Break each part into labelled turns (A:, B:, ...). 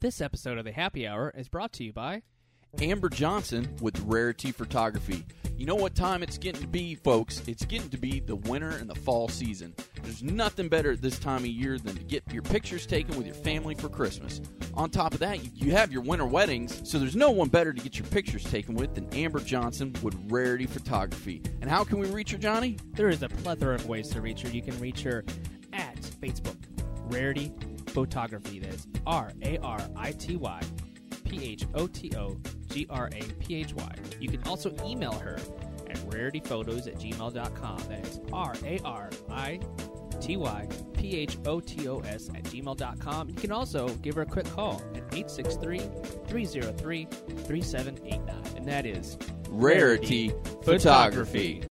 A: This episode of the Happy Hour is brought to you by
B: Amber Johnson with Rarity Photography. You know what time it's getting to be, folks? It's getting to be the winter and the fall season. There's nothing better at this time of year than to get your pictures taken with your family for Christmas. On top of that, you- you have your winter weddings, so there's no one better to get your pictures taken with than Amber Johnson with Rarity Photography. And how can we reach her, Johnny?
A: There is a plethora of ways to reach her. You can reach her at Facebook, Rarity Photography. That is R A R I T Y P H O T O G R A P H Y. You can also email her at rarityphotos at gmail.com. That is R A R I T Y P H O T O S at gmail.com. You can also give her a quick call at 863 303 3789. And that is
B: Rarity Photography.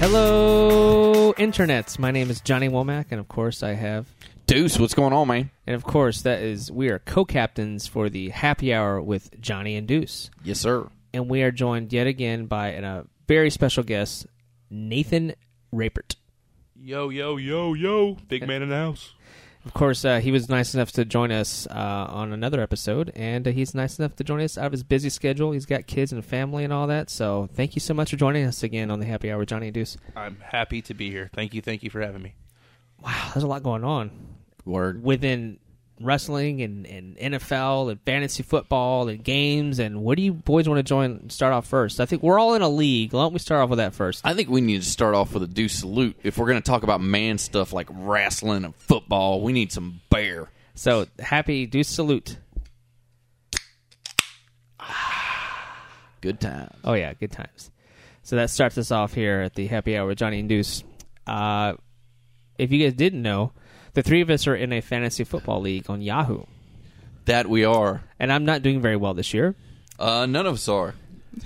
A: Hello, internets. My name is Johnny Womack, and of course, I have,
B: Deuce, what's going on, man?
A: and of course, that is we are co-captains for the Happy Hour with Johnny and Deuce,
B: Yes, sir.
A: and we are joined yet again by an, a very special guest, Nathan Rapert.
C: Yo, yo, yo, yo. Big man in the house.
A: Of course, uh, he was nice enough to join us uh, on another episode, and uh, he's nice enough to join us out of his busy schedule. He's got kids and family and all that, so thank you so much for joining us again on the Happy Hour with Johnny and Deuce.
C: I'm happy to be here. Thank you, thank you for having me.
A: Wow, Ah, there's a lot going on.
B: Word.
A: within wrestling and, and NFL and fantasy football and games and what do you boys want to join and start off first? I think we're all in a league. Why don't we start off with that first?
B: I think we need to start off with a Deuce salute. If we're going to talk about man stuff like wrestling and football, we need some bear.
A: So happy do salute.
B: Good time.
A: Oh yeah, good times. So that starts us off here at the happy hour with Johnny and Deuce. Uh, if you guys didn't know, the three of us are in a fantasy football league on Yahoo.
B: That we are.
A: And I'm not doing very well this year.
B: Uh, none of us are.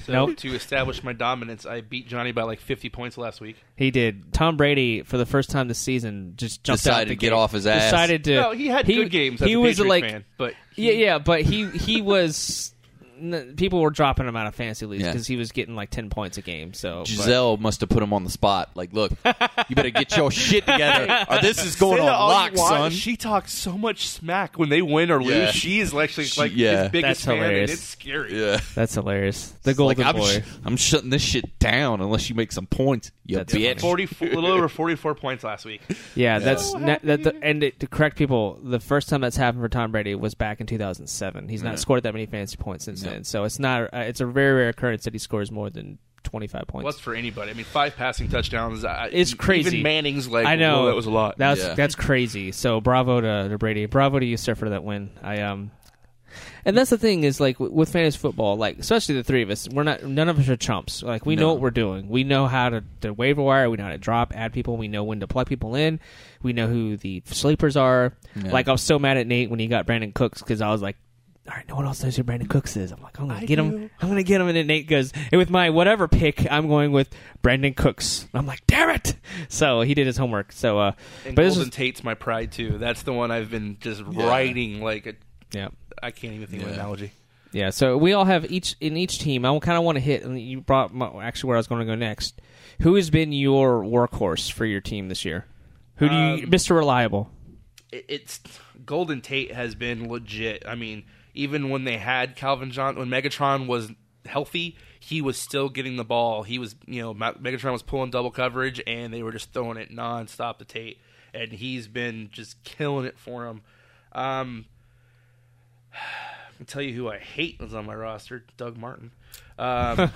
C: So,
A: Nope.
C: to establish my dominance, I beat Johnny by like 50 points last week.
A: He did. Tom Brady, for the first time this season, just jumped out
B: Decided
A: the
B: to get
A: gate.
B: off his ass.
A: Decided to.
C: No, he had good games as
A: He
C: a
A: was
C: Patriot
A: like,
C: fan, but
A: yeah, yeah, but he he was. n- People were dropping him out of fantasy leagues
B: Yeah.
A: because he was getting like ten points a game. So but-
B: Giselle must have put him on the spot. Like, look, you better get your shit together, or this is going
C: Say
B: on
C: that all you
B: lock,
C: want.
B: son.
C: She talks so much smack when they win or lose.
B: Yeah.
C: She is actually
B: She-
C: like
B: yeah.
C: his biggest
A: That's
C: fan,
A: hilarious.
C: and it's scary.
B: yeah,
A: that's hilarious. The
B: like
A: golden
B: I'm,
A: boy.
B: sh- I'm shutting this shit down unless you make some points, you
A: That's
B: bitch.
C: 44, a little over 44 points last week.
A: yeah, that's na- that. The, and it, to correct people, the first time that's happened for Tom Brady was back in 2007. He's not scored that many fantasy points since
B: No.
A: then. So it's not. Uh, it's a very rare occurrence that he scores more than 25 points.
C: What's for anybody? I mean, five passing touchdowns. I,
A: It's crazy.
C: Even Manning's like,
A: I know
C: "Whoa, that was a lot.
A: That's
B: Yeah.
A: that's crazy. So bravo to, to Brady. Bravo to you, sir, for that win. I um, and that's the thing is like w- with fantasy football, like especially the three of us, we're not none of us are chumps. Like we know
B: No.
A: what we're doing. We know how to, to waiver wire. We know how to drop, add people. We know when to plug people in. We know who the sleepers are.
B: Yeah.
A: Like I was so mad at Nate when he got Brandon Cooks because I was like. All right, no one else knows who Brandon Cooks is. I'm like, I'm gonna get him. I'm gonna get him, and then Nate goes, and with my whatever pick, I'm going with Brandon Cooks. And I'm like, damn it! So he did his homework. So, uh,
C: and
A: but this
C: Golden
A: was
C: Tate's my pride, too. That's the one I've been just writing like, a,
A: Yeah.
C: I can't even think of
B: Yeah.
C: an analogy.
A: Yeah. So we all have each in each team. I kind of want to hit. And you brought my, actually where I was going to go next. Who has been your workhorse for your team this year? Who do you,
C: Um,
A: Mr. Reliable?
C: it- it's Golden Tate has been legit. I mean, even when they had Calvin John, when Megatron was healthy, he was still getting the ball. He was, you know, Ma- Megatron was pulling double coverage, and they were just throwing it nonstop to Tate, and he's been just killing it for him. Um, I can tell you who I hate was on my roster: Doug Martin. Um,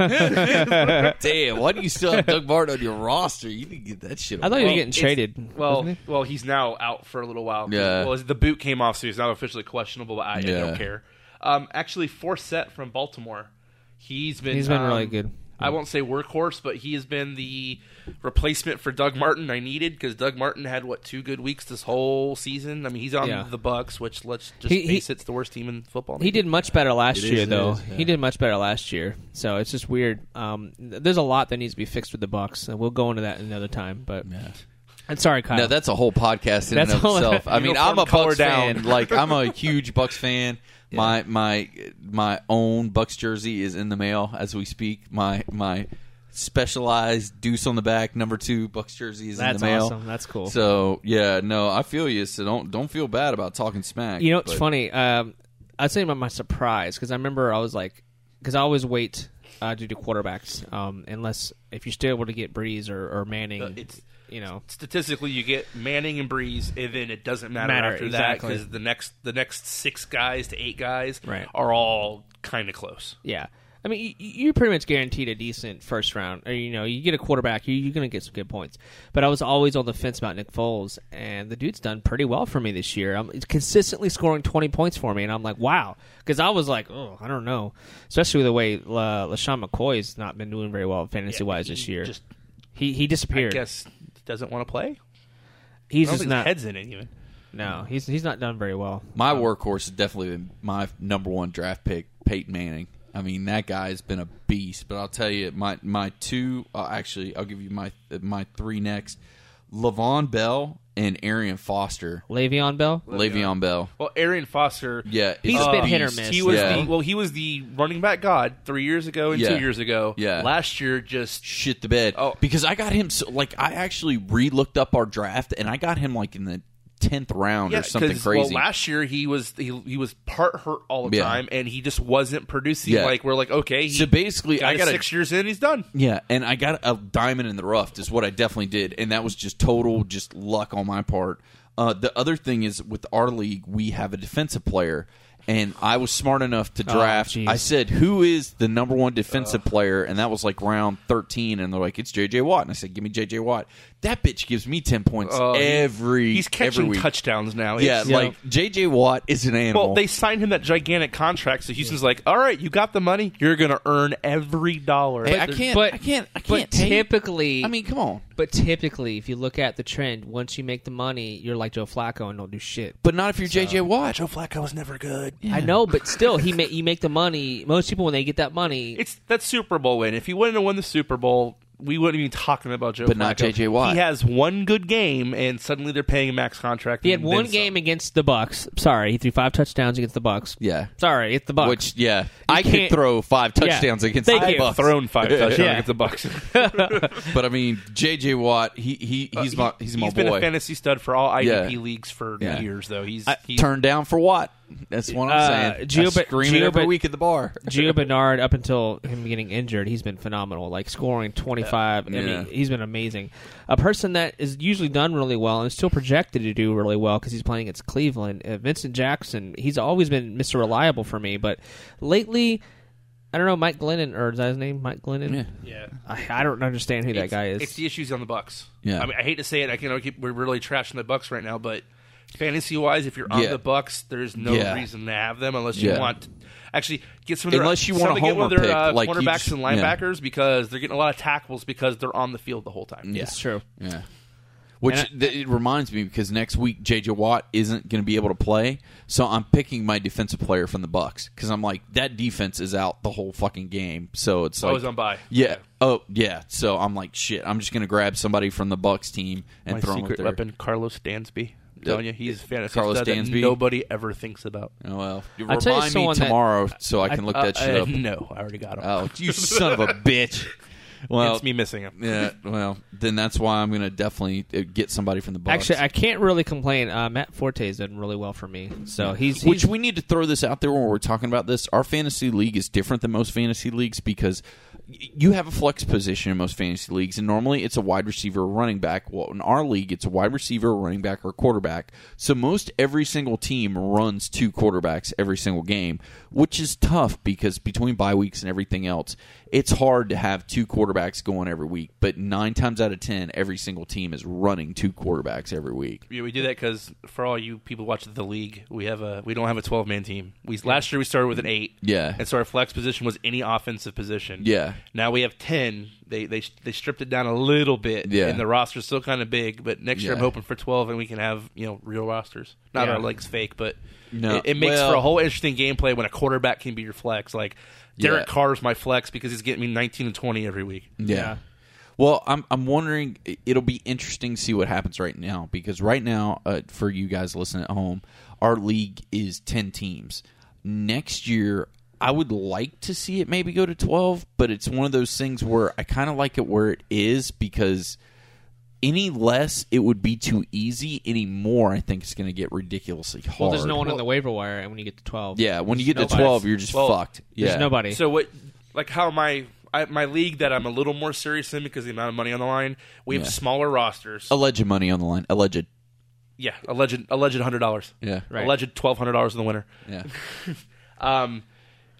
B: Damn, why do you still have Doug Bart on your roster? You didn't get that shit.
A: I thought you were
C: Well,
A: getting
C: it's-
A: traded.
C: Well,
A: wasn't
C: well, he's now out for a little while.
B: Yeah.
C: Well, the boot came off, so he's now officially questionable. But I, I
B: Yeah.
C: don't care. Um, actually, Forsett from Baltimore, he's been
A: He's been
C: um,
A: really good.
C: I won't say workhorse, but he has been the replacement for Doug Martin I needed because Doug Martin had what two good weeks this whole season. I mean, he's on
A: Yeah.
C: the Bucks, which let's just
A: He- he-
C: face it, it's the worst team in football.
A: He did much better last
B: It
A: year,
B: is, it
A: though.
B: is, yeah.
A: He did much better last year, so it's just weird. Um, th- there's a lot that needs to be fixed with the Bucks, and we'll go into that another time. But I'm sorry, Kyle.
B: No, that's a whole podcast in
A: That's
B: and
A: all-
B: of itself. I mean, I'm a
C: Uniform color
B: Bucks
C: down.
B: fan. Like, I'm a huge Bucks fan. My my my own Bucks jersey is in the mail as we speak. My my specialized deuce on the back number two Bucks jersey is in
A: That's
B: the mail.
A: awesome. That's cool.
B: So yeah, no, I feel you. So don't don't feel bad about talking smack.
A: You know, it's
B: but-
A: funny. Um, I'd say about my surprise because I remember I was like, because I always wait uh, due to quarterbacks, um, unless if you're still able to get Breeze or, or Manning,
C: Uh, it's-
A: you know,
C: Statistically, you get Manning and Breeze, and then it doesn't matter,
A: Matter,
C: after
A: exactly.
C: that because the next the next six guys to eight guys
A: Right.
C: are all kind of close.
A: yeah. I mean, you, you're pretty much guaranteed a decent first round. Or, you know, you get a quarterback, you, you're going to get some good points. But I was always on the fence about Nick Foles, and the dude's done pretty well for me this year. I'm he's consistently scoring 20 points for me, and I'm like, wow. Because I was like, oh, I don't know. Especially with the way La, LaShawn McCoy's not been doing very well fantasy wise
C: he
A: this year.
C: just-
A: he, he disappeared.
C: I guess doesn't want to play.
A: He's
C: I don't
A: just
C: think
A: not.
C: his head's in it even.
A: No, he's he's not done very well.
B: My workhorse has definitely been my number one draft pick, Peyton Manning. I mean, that guy's been a beast. But I'll tell you, my my two uh, actually, I'll give you my my three next: Lavon Bell and Arian Foster.
A: Le'Veon Bell.
B: Le'Veon Bell,
C: Well, Arian Foster,
B: yeah, Uh,
A: He's
B: is
A: a bit
B: beast.
A: hit or miss.
C: he was
B: Yeah.
C: the well, he was the running back god three years ago and
B: Yeah.
C: two years ago.
B: Yeah.
C: last year just
B: Shit the bed.
C: Oh.
B: because I got him. So, like, I actually re-looked up our draft, and I got him like in the tenth round or something
C: 'cause,
B: crazy.
C: Well, last year he was he, he was part hurt all the
B: Yeah.
C: time, and he just wasn't producing.
B: Yeah.
C: Like we're like, okay, he
B: so basically,
C: got
B: I
C: his
B: got a
C: six years in, he's done.
B: Yeah, and I got a diamond in the rough is what I definitely did, and that was just total just luck on my part. Uh, the other thing is with our league, we have a defensive player, and I was smart enough
C: Oh,
B: to draft.
A: jeez.
B: I said, "Who is the number one defensive player?" And that was like round thirteen, and they're like, "It's J.J. Watt," and I said, "Give me J.J. Watt." That bitch gives me ten points
C: Oh, he-
B: every.
C: He's
B: every
C: catching
B: week.
C: touchdowns now.
B: Yeah,
C: It's-
B: like J.J. Watt is an animal.
C: Well, they signed him that gigantic contract, so Houston's like, all right, you got the money, you're gonna earn every dollar.
B: Hey, I can't.
A: but-
B: I can't. I can't.
A: But
B: hate.
A: typically,
B: I mean, come on.
A: but typically, if you look at the trend, once you make the money, you're like Joe Flacco and don't do shit.
B: But not if you're J.J. Watt.
C: Joe Flacco was never good.
A: I know, but still, he make you make the money. Most people when they get that money,
C: It's that Super Bowl win. If he wouldn't have won the Super Bowl, we wouldn't be talking about Joe.
B: But not
C: Flacco.
B: J.J. Watt.
C: He has one good game, and suddenly they're paying a max contract.
A: he had
C: and then
A: one
C: some.
A: game against the Bucks. Sorry, he threw five touchdowns against the Bucks.
B: Yeah.
A: Sorry, it's the Bucks.
B: Which yeah, I could
A: can't-
B: throw five touchdowns
A: Yeah.
B: against
A: Thank
B: the
A: you.
B: Bucks,
C: thrown five touchdowns
A: Yeah.
C: against the Bucks.
B: but I mean JJ Watt, he he he's my he's my
C: He's
B: boy.
C: been a fantasy stud for all IDP
B: Yeah.
C: leagues for
B: Yeah.
C: years, though. He's,
B: I-
C: he's
B: turned down for Watt. That's what I'm
A: Uh,
B: saying.
A: Gio
B: I
A: Ba-
B: scream it
A: Gio
B: every
A: Ba-
B: week at the bar.
A: Gio Bernard, up until him getting injured, he's been phenomenal. Like scoring twenty five. I
B: Yeah.
A: mean, he's been amazing. A person that is usually done really well and is still projected to do really well because he's playing against Cleveland. Uh, Vincent Jackson, he's always been Mister Reliable for me, but lately, I don't know Mike Glennon or is that his name? Mike Glennon.
B: Yeah.
C: yeah.
A: I, I don't understand who that guy is.
C: It's the issues on the Bucks.
B: Yeah.
C: I mean, I hate to say it. I can keep we're really trashing the Bucks right now, but fantasy wise, if you're on
B: Yeah.
C: the Bucks, there's no
B: Yeah.
C: reason to have them unless you
B: Yeah.
C: want. Actually, get some of their,
B: Unless you want
C: some
B: a
C: get one of
B: homer
C: their,
B: pick,
C: uh,
B: like you
C: cornerbacks
B: just-
C: and
B: yeah.
C: linebackers because they're getting a lot of tackles because they're on the field the whole time.
B: Yeah.
A: it's true.
B: Yeah. Which
A: And
B: th- it reminds me because next week JJ Watt isn't going to be able to play, so I'm picking my defensive player from the Bucks because I'm like that defense is out the whole fucking game, so it's like
C: Always on bye.
B: Yeah. Oh yeah. So I'm like shit. I'm just going to grab somebody from the Bucks team and
C: My
B: throw them
C: secret
B: there.
C: weapon, Carlos Dansby. I'm telling you, he's a fantasy
B: Carlos
C: stud that
B: Dansby?
C: nobody ever thinks about.
B: Oh, well, you
A: I'll tell you
B: remind me
A: someone that-
B: tomorrow so I can look that
C: Uh,
B: shit
C: uh,
B: up.
C: No, I already got him.
B: Oh, you son of a bitch! Well,
C: it's me missing him.
B: yeah. Well, then that's why I'm gonna definitely uh, get somebody from the Bucks.
A: Actually, I can't really complain. Uh, Matt Forte's done really well for me, so he's, he's
B: which we need to throw this out there when we're talking about this. Our fantasy league is different than most fantasy leagues because y- you have a flex position in most fantasy leagues, and normally it's a wide receiver or running back. Well, in our league, it's a wide receiver, running back, or quarterback. So most every single team runs two quarterbacks every single game, which is tough because between bye weeks and everything else, it's hard to have two quarterbacks going every week. But nine times out of ten, every single team is running two quarterbacks every week.
C: Yeah, we do that because for all you people watching the league, we have a we don't have a twelve man team. We last year we started with an eight,
B: Yeah.
C: and so our flex position was any offensive position.
B: Yeah.
C: now we have ten. They they they stripped it down a little bit.
B: Yeah.
C: and the roster's still kind of big, but next year I'm
B: Yeah.
C: hoping for twelve, and we can have you know real rosters, not
A: Yeah.
C: our legs fake, but
B: No,
C: it, it makes
B: well-
C: for a whole interesting gameplay when a quarterback can be your flex. Like Derek
B: Yeah.
C: Carr's my flex because he's getting me nineteen and twenty every week.
B: Yeah.
A: Yeah.
B: Well, I'm I'm wondering it'll be interesting to see what happens right now because right now uh, for you guys listening at home, our league is 10 teams. next year I would like to see it maybe go to 12, but it's one of those things where I kind of like it where it is because any less it would be too easy. Any more I think it's going to get ridiculously hard.
A: Well, there's no one on the waiver wire, and when you get to twelve,
B: Yeah, when you get to
A: Nobody.
B: 12, you're just
C: Well,
B: fucked. Yeah.
A: there's nobody.
C: So what? Like how my I, my league that I'm a little more serious in because of the amount of money on the line. We have
B: Yeah. Oh.
C: smaller rosters.
B: Alleged money on the line. Alleged.
C: yeah, alleged alleged hundred dollars.
B: Yeah.
A: Right.
C: Alleged twelve hundred dollars in the winter.
B: Yeah.
C: Um,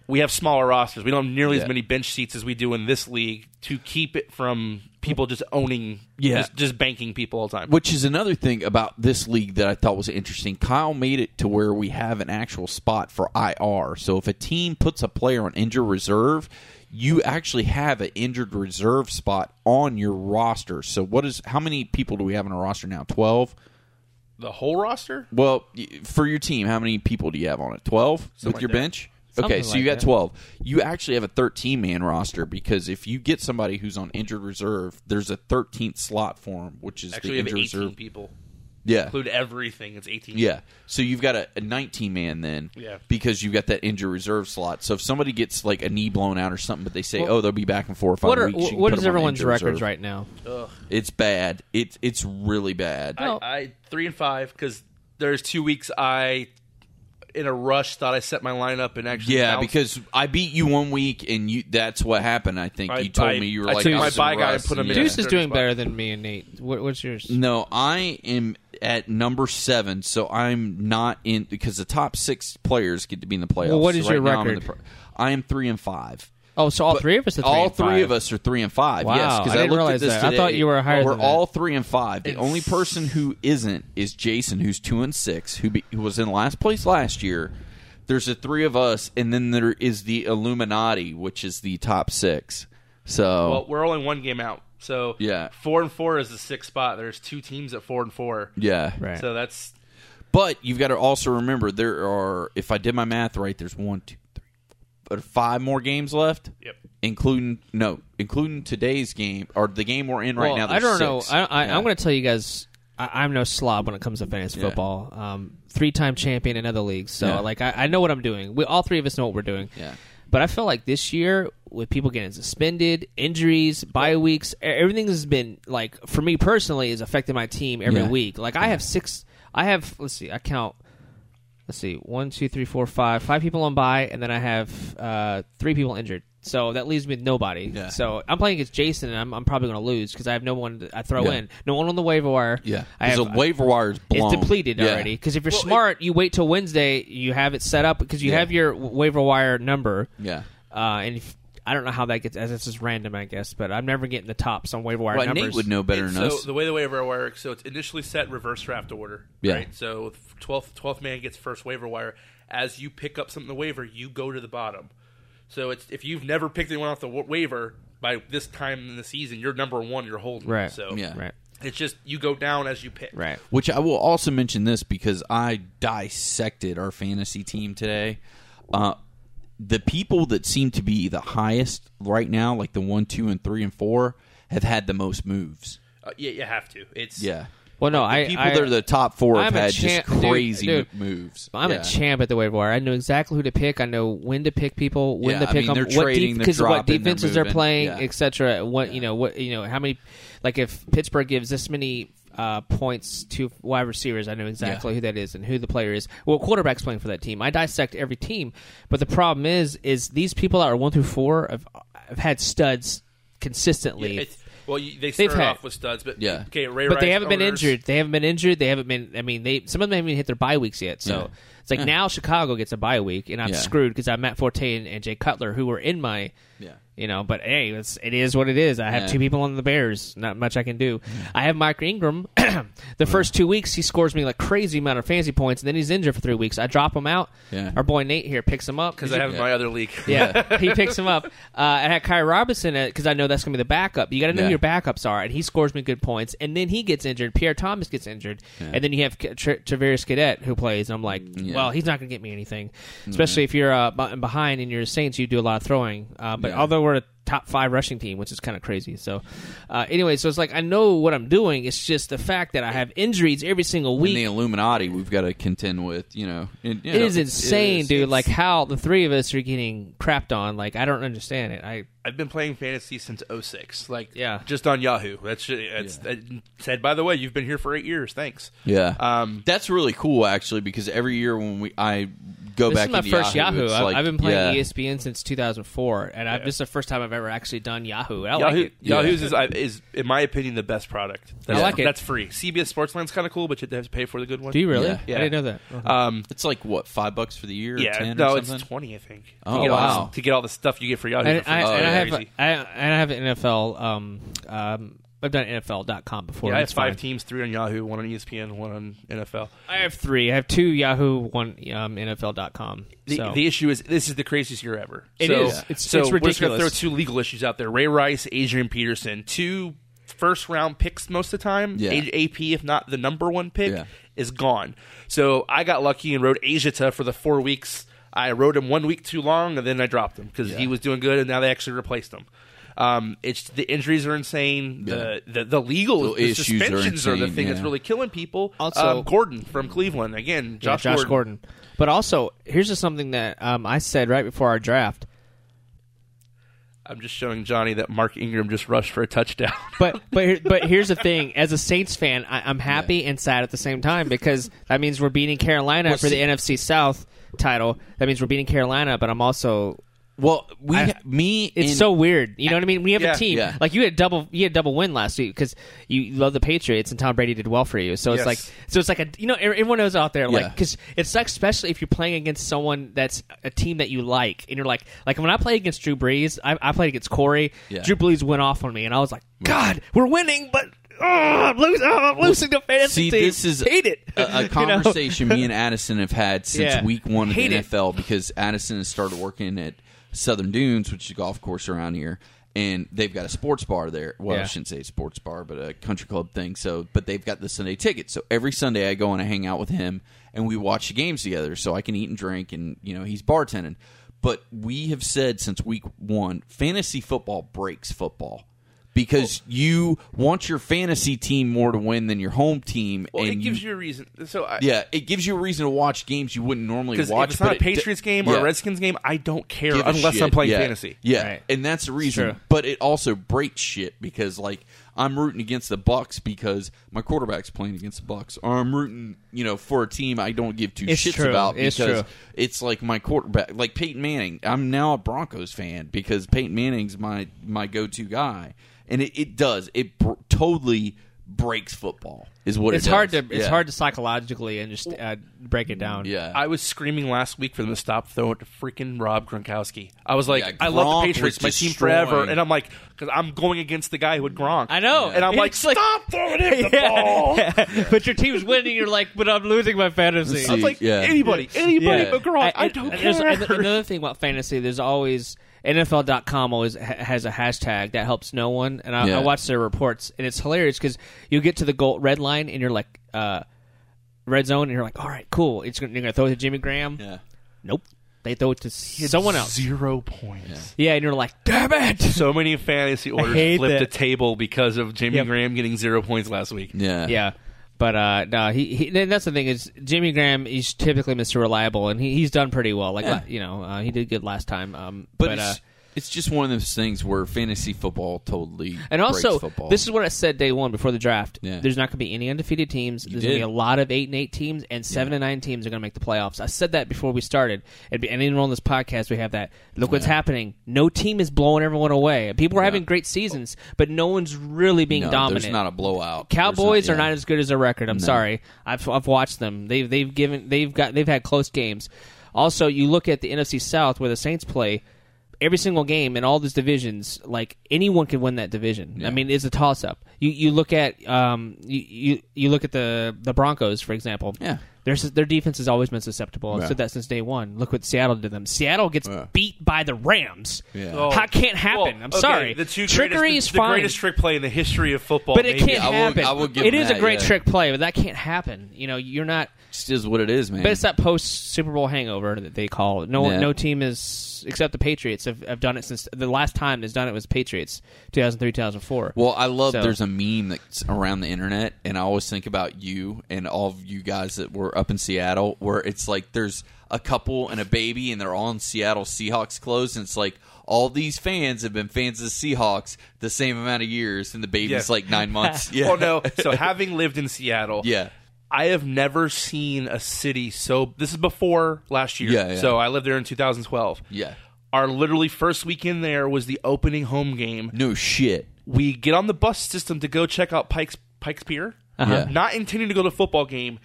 C: we have smaller rosters. We don't have nearly
B: Yeah.
C: as many bench seats as we do in this league to keep it from people just owning,
B: Yeah.
C: just, just banking people all the time.
B: Which is another thing about this league that I thought was interesting. Kyle made it to where we have an actual spot for IR. So if a team puts a player on injured reserve, you actually have an injured reserve spot on your roster. So what is how many people do we have on our roster now? 12.
C: The whole roster?
B: Well, y- for your team, how many people do you have on it? 12 with
C: like
B: your
C: that.
B: bench?
A: Something
B: okay, so
A: like
B: you got
A: that.
B: 12. You actually have a 13 man roster because if you get somebody who's on injured reserve, there's a 13th slot for him, which is
C: Actually,
B: the
C: we have
B: injured
C: 18
B: reserve.
C: people.
B: Yeah.
C: Include everything. It's 18.
B: Yeah. So you've got a, a 19 man then
C: Yeah.
B: because you've got that injured reserve slot. So if somebody gets like a knee blown out or something, but they say,
A: Well-
B: oh, they'll be back in four or five
A: what are
B: weeks. you can
A: what
B: put
A: is
B: them on
A: everyone's
B: injured
A: records
B: reserve.
A: right now?
C: Ugh.
B: It's bad. It's, it's really bad.
C: I,
A: Well-
C: I three and five because there's two weeks I, in a rush, thought I set my lineup and actually
B: yeah,
C: bounced.
B: because I beat you one week, and you—that's what happened. I think
C: I-
B: you told
C: I-
B: me you were
C: I
B: like
C: took my
B: I was
C: bye
B: in
C: guy and
B: rust,
C: put him in.
B: yeah.
A: Deuce is
C: Third
A: doing
C: spot.
A: better than me and Nate. What, what's yours?
B: No, I am at number seven, so I'm not in because the top six players get to be in the playoffs.
A: Well, what is
B: So right
A: your
B: now I'm in
A: record?
B: the pro- I am three and five.
A: Oh, so all
B: But
A: three of us are three
B: all
A: and
B: three
A: five.
B: of us are three and five.
A: Wow,
B: Yes,
A: I
B: because I,
A: didn't
B: looked
A: realize
B: at this
A: that. I
B: today.
A: thought you were higher
B: We're
A: than that.
B: all three and five. The
C: It's-
B: only person who isn't is Jason, who's two and six, who, be, who was in last place last year. There's the three of us, and then there is the Illuminati, which is the top six. So
C: well, we're only one game out. So
B: Yeah.
C: four and four is the sixth spot. There's two teams at four and four.
B: yeah,
A: Right.
C: So that's
B: But you've got to also remember there are, if I did my math right, there's one, two, three, four, there are five more games left,
C: yep.
B: including no, including today's game or the game we're in right
A: Well,
B: now.
A: I don't
B: there's
A: know.
B: six.
A: I, I,
B: Yeah.
A: I'm going to tell you guys. I, I'm no slob when it comes to fantasy
B: Yeah.
A: football. Um, three-time champion in other leagues, so
B: Yeah.
A: like I, I know what I'm doing. We all three of us know what we're doing.
B: Yeah.
A: But I feel like this year, with people getting suspended, injuries, bye weeks, e- everything has been like for me personally is affecting my team every
B: Yeah.
A: week. Like I have six. I have let's see. I count. Let's see. One, two, three, four, five. Five people on bye, and then I have uh, three people injured. So that leaves me with nobody.
B: Yeah.
A: So I'm playing against Jason, and I'm, I'm probably going to lose because I have no one to, I throw
B: Yeah.
A: in, no one on the waiver wire.
B: Yeah,
A: I have,
B: because
A: uh,
B: the waiver wire is blown.
A: it's depleted
B: Yeah.
A: already. Because if you're
C: Well, it-
A: smart, you wait till Wednesday. You have it set up because you
B: Yeah.
A: have your w- waiver wire number.
B: Yeah.
A: Uh, and if, I don't know how that gets. As it's just random, I guess. But I'm never getting the tops on waiver wire
B: Well,
A: numbers.
B: Nate would know better
C: And
B: than
C: so
B: us.
C: the way the waiver wire works, so it's initially set reverse draft order.
B: Yeah.
C: Right. So twelfth twelfth man gets first waiver wire. As you pick up something on the waiver, you go to the bottom. So it's if you've never picked anyone off the wa- waiver by this time in the season, you're number one. You're holding.
A: Right.
C: So
B: Yeah.
A: Right.
C: it's just you go down as you pick.
A: Right.
B: Which I will also mention this because I dissected our fantasy team today. Uh, the people that seem to be the highest right now, like the one, two, and three, and four, have had the most moves.
C: Uh, yeah, you have to. It's
B: Yeah.
A: Well, no, I
B: people
A: I,
B: that are the top four
A: I'm
B: have
A: a
B: had
A: champ-
B: just
A: dude,
B: crazy
A: dude,
B: moves.
A: I'm
B: Yeah.
A: a champ at the waiver wire. I know exactly who to pick. I know when to pick people, when
B: Yeah,
A: to
B: I
A: pick
B: mean,
A: them,
B: they're
A: what
B: trading, they're
A: because what
B: dropping, they're
A: defenses they're,
B: moving.
A: playing,
B: Yeah.
A: etc. What you know, what you know, how many? Like if Pittsburgh gives this many uh, points to wide receivers, I know exactly who that is and who the player is. Well, quarterbacks playing for that team. I dissect every team, but the problem is, is these people that are one through four have, have had studs consistently.
C: It's, well, you, they
A: They've
C: start
A: had-
C: off with studs, but
B: Yeah.
C: Okay, Ray
A: but they
C: Rice
A: haven't been
C: owners-
A: injured. They haven't been injured. They haven't been. I mean, they some of them haven't even hit their bye weeks yet. So
B: Yeah.
A: it's like now Chicago gets a bye week, and I'm
B: Yeah.
A: screwed because I'm Matt Forte and, and Jay Cutler, who were in my,
B: Yeah.
A: you know. But hey, it's, it is what it is. I have
B: Yeah.
A: two people on the Bears. Not much I can do. I have Mike Ingram. the first two weeks, he scores me like crazy amount of fantasy points, and then he's injured for three weeks. I drop him out.
B: Yeah.
A: Our boy Nate here picks him up
C: because I have my other league.
A: yeah, he picks him up. Uh, and I had Kyrie Robinson because I know that's going to be the backup. You got to know
B: Yeah.
A: who your backups are, and he scores me good points. And then he gets injured. Pierre Thomas gets injured, and then you have K- Tra- Traverius Cadet who plays. And I'm like, well, he's not going to get me anything.
B: Mm-hmm.
A: Especially if you're uh, bu- behind and you're Saints, you do a lot of throwing. Uh, but
B: Yeah.
A: although we're a top five rushing team, which is kind of crazy. So, uh, anyway, so it's like I know what I'm doing. It's just the fact that I have injuries every single
B: in the
A: week.
B: Illuminati we've got to contend with. You know, And, you
A: It
B: know,
A: is insane,
B: is-
A: dude.
B: it's-
A: Like how the three of us are getting crapped on. Like I don't understand it. I
C: I've been playing fantasy since 06. Like,
A: Yeah.
C: just on Yahoo. That's, that's that said. By the way, you've been here for eight years. Thanks.
B: yeah,
C: Um,
B: that's really cool actually because every year when we I go
A: this
B: back
A: is my
B: into
A: first Yahoo.
B: Yahoo, it's
A: I've,
B: like,
A: I've been playing E
B: yeah.
A: ESPN since 2004, and I've, this is the first time I've ever actually done Yahoo. I like
C: Yahoo,
A: it.
B: Yeah.
C: Yahoo's is, is, in my opinion, the best product. That's,
A: like it.
C: That's free. CBS Sportsline's kind of cool, but you have to pay for the good one.
A: Do you really?
B: Yeah.
A: I didn't know that.
C: Um,
B: It's like what five bucks for the year? or
C: yeah,
B: ten
C: no,
B: or
C: it's
B: something?
C: twenty, I think. to
B: Oh,
C: get all this-
B: wow.
C: to get all the stuff you get for Yahoo,
A: and,
C: for
A: I,
C: free.
B: Oh,
A: and I have
C: Crazy.
A: I, and I have an NFL. Um, um, I've done NFL.com before.
C: Yeah, I have
A: That's fine.
C: five teams: three on Yahoo, one on E ESPN, one on NFL.
A: I have three. I have two Yahoo, one um, NFL.com.
C: The,
A: so.
C: the issue is this is the craziest year ever.
A: It
C: so,
A: is. It's-
C: so
A: it's
C: we're just gonna throw
A: ridiculous.
C: two legal issues out there: Ray Rice, Adrian Peterson, two first round picks most of the time.
B: Yeah.
C: A- AP, if not the number one pick,
B: Yeah.
C: is gone. So I got lucky and rode Ajita for the four weeks. I rode him one week too long, and then I dropped him because he was doing good, and now they actually replaced him. Um, it's the injuries are insane. The, the the legal
B: The
C: the
B: issues are
C: suspensions are, the
B: insane,
C: thing that's
B: yeah.
C: really killing people.
A: Also-
C: Um, Gordon from Cleveland again.
A: Yeah,
C: Josh,
A: Josh Gordon. But also, here's just something that um, I said right before our draft.
C: I'm just showing Johnny that Mark Ingram just rushed for a touchdown.
A: But but here- but here's the thing: as a Saints fan, I, I'm happy and sad at the same time because that means we're beating Carolina for the
B: see-
A: NFC South title. That means we're beating Carolina, but I'm also
B: Well, we
A: I-
B: ha- me
A: it's
B: and-
A: so weird. You know what I mean? We have
C: Yeah.
A: a team
B: Yeah.
A: like you had double you had double win last week because you love the Patriots and Tom Brady did well for you. So it's
C: Yes.
A: like so it's like a you know e-, everyone knows out there like
B: Yeah.
A: because it sucks especially if you're playing against someone that's a team that you like and you're like like when I played against Drew Brees, I, I played against Corey.
B: Yeah.
A: Drew Brees went off on me and I was like, God, we're winning, but. Oh, I'm losing, oh, I'm losing the fantasy
B: See,
A: team.
B: this is
A: hate it.
B: A,
A: You
B: a
A: know?
B: conversation me and Addison have had since
A: Yeah.
B: week one of
A: Hate
B: the
A: it.
B: NFL because Addison has started working at Southern Dunes, which is a golf course around here, and they've got a sports bar there. Well,
A: Yeah.
B: I shouldn't say sports bar, but a country club thing. So, but they've got the Sunday ticket. So every Sunday I go and I hang out with him, and we watch the games together. So I can eat and drink, and you know he's bartending. But we have said since week one, fantasy football breaks football. Because you want your fantasy team more to win than your home team,
C: well,
B: and
C: it
B: you
C: gives you a reason. So I,
B: yeah, it gives you a reason to watch games you wouldn't normally
C: because
B: watch.
C: if it's not
B: but
C: a
B: it d-
C: Patriots game or
B: yeah,
C: a Redskins game, I don't care
B: give a
C: unless I'm
B: shit.
C: playing
B: Yeah.
C: fantasy.
B: Yeah,
A: Right.
B: and that's the reason.
A: true.
B: But it also breaks shit because like I'm rooting against the Bucks because my quarterback's playing against the Bucks, or I'm rooting you know for a team I don't give two
A: It's
B: shits
A: true.
B: about
A: It's
B: because
A: true.
B: it's like my quarterback, like Peyton Manning. I'm now a Broncos fan because Peyton Manning's my my go to guy, and it, it does it br- totally breaks football is what
A: it's
B: it
A: hard to
B: does.
A: it's
B: Yeah.
A: hard to psychologically and just uh, break it down.
B: yeah
C: I was screaming last week for them to stop throwing to freaking Rob Gronkowski. I was like,
B: Yeah,
C: I love
B: Gronk
C: the
B: was
C: Patriots, my team
B: destroying.
C: forever, and I'm like, because I'm going against the guy who had Gronk.
A: I know.
C: and I'm like,
A: It's like-
C: stop throwing him the
A: Yeah.
C: ball.
A: but your team's winning. You're like, but I'm losing my fantasy.
B: Let's
C: I was
B: see.
C: like,
B: Yeah.
C: anybody, anybody
B: Yeah.
C: but Gronk. I,
A: and-
C: don't
A: and
C: care.
A: there's- and another thing about fantasy, there's always NFL.com always ha- has a hashtag that helps no one, and I,
B: Yeah.
A: I watch their reports, and it's hilarious because you get to the goal red line, and you're like, uh, red zone, and you're like, all right, cool. It's gonna, you're gonna throw it to Jimmy Graham.
B: yeah.
A: Nope, they throw it to someone else.
C: Zero points.
A: Yeah, and you're like, damn it.
C: So many fantasy orders
A: hate
C: flipped
A: that.
C: a table because of Jamie
A: Yep.
C: Graham getting zero points last week.
B: Yeah.
A: yeah. But uh, no, he, he and that's the thing is Jimmy Graham. He's typically Mr. Reliable, and he, he's done pretty well. Like
B: Yeah.
A: you know, uh, he did good last time. Um,
B: But,
A: but uh,
B: it's, it's just one of those things where fantasy football totally
A: and also
B: breaks football.
A: this is what I said day one before the draft.
B: Yeah.
A: There's not going to be any undefeated teams. There's going to be
B: did.
A: a lot of eight and eight teams, and seven and nine teams are going to make the playoffs. I said that before we started, and, be- and even on this podcast we have that. Look what's happening. No team is blowing everyone away. People are having great seasons, but no one's really being
B: no,
A: dominant.
B: There's not a blowout.
A: Cowboys
B: There's
A: are not as good as their record. I'm sorry. I've I've watched them. They've they've given they've got they've had close games. Also, you look at the NFC South where the Saints play every single game in all these divisions. Like anyone can win that division. I mean, it's a toss up. you, you look at um you, you you look at the the Broncos for example.
B: Yeah.
A: Their s- their defense has always been susceptible. I've
B: Yeah.
A: said that since day one. Look what Seattle did to them. Seattle gets
B: Yeah.
A: beat by the Rams.
B: Yeah.
C: Oh.
A: That can't happen.
C: Well,
A: I'm
C: okay,
A: sorry.
C: The two
A: Trickery
C: greatest,
A: is
C: the,
A: fine.
C: The greatest trick play in the history of football.
A: but it
C: maybe.
A: can't
B: I will-
A: happen.
B: I will give
A: It
B: him
A: is
B: that,
A: a great
B: yeah.
A: trick play, but that can't happen. You know, you're not.
B: It's just what it is, man.
A: But it's that post Super Bowl hangover that they call it. No,
B: Yeah.
A: no team is except the Patriots have, have done it since the last time has done it was Patriots 2003 2004.
B: Well, I love
A: So-
B: there's a meme that's around the internet, and I always think about you and all of you guys that were up in Seattle, where it's like there's a couple and a baby, and they're all in Seattle Seahawks clothes, and it's like all these fans have been fans of the Seahawks the same amount of years, and the baby's
C: Yeah.
B: like nine months. Yeah.
A: Oh,
C: Well, Oh, no. So having lived in Seattle,
B: Yeah.
C: I have never seen a city so. This is before last year.
B: Yeah, yeah.
C: So I lived there in 2012.
B: Yeah.
C: Our literally first weekend there was the opening home game.
B: No shit.
C: We get on the bus system to go check out Pikes Pikes Pier.
B: Uh-huh. Yeah.
C: Not intending to go to a football game,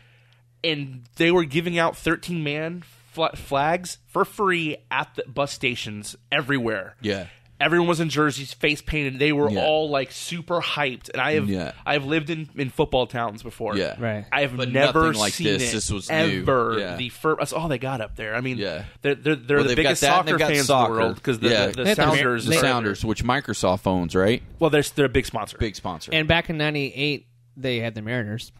C: and they were giving out 13 man fl- flags for free at the bus stations everywhere.
B: Yeah.
C: Everyone was in jerseys, face painted. They were
B: Yeah.
C: all like super hyped. And I have
B: Yeah.
C: I've lived in, in football towns before.
B: Yeah.
A: Right.
C: I have
B: But
C: never
B: nothing like
C: seen
B: this.
C: it
B: This was new.
C: ever.
B: Yeah.
C: The fir- that's all they got up there. I mean,
B: Yeah.
C: they're they're, they're
B: Well,
C: the
B: they've got
C: biggest
B: that, and
C: soccer
B: they've got
C: fans in
B: soccer.
C: the world because the,
B: Yeah.
C: the,
A: They
C: the
A: have the-
C: Sounders,
B: The
A: They-
C: are-
B: Sounders, which Microsoft owns, right?
C: Well, they're they're a big sponsor.
B: Big sponsor.
A: And back in '98, they had the Mariners.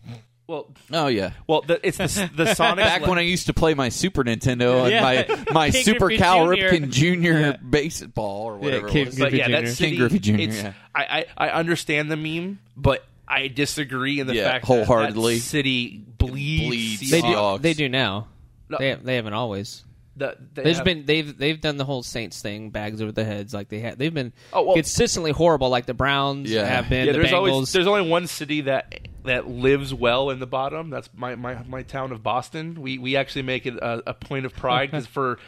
C: Well,
B: oh yeah.
C: well, the, it's the, the Sonics.
B: Back when I used to play my Super Nintendo
A: Yeah.
B: and my my
A: King
B: Super
A: Griffey
B: Cal
A: Jr..
B: Ripken Jr.
A: Yeah.
B: baseball or whatever.
A: King
B: it was.
A: Griffey
C: but yeah,
A: Jr..
C: that city,
B: King Griffey Jr.,
C: It's,
B: yeah.
C: I, I I understand the meme, but I disagree in the
B: Yeah,
C: fact
B: wholeheartedly.
C: that, that city bleeds.
B: bleeds
A: They
C: Seahawks.
B: Seahawks.
A: do. They do now.
C: No.
A: They they haven't always.
C: The- they
A: There's
C: have-
A: been they've they've done the whole Saints thing, bags over the heads like they have. They've been
C: Oh, well-
A: consistently horrible, like the Browns
B: Yeah.
A: have been.
C: yeah,
A: the
C: there's
A: Bengals.
C: always there's only one city that that lives well in the bottom. That's my my, my town of Boston. We we actually make it a, a point of pride because for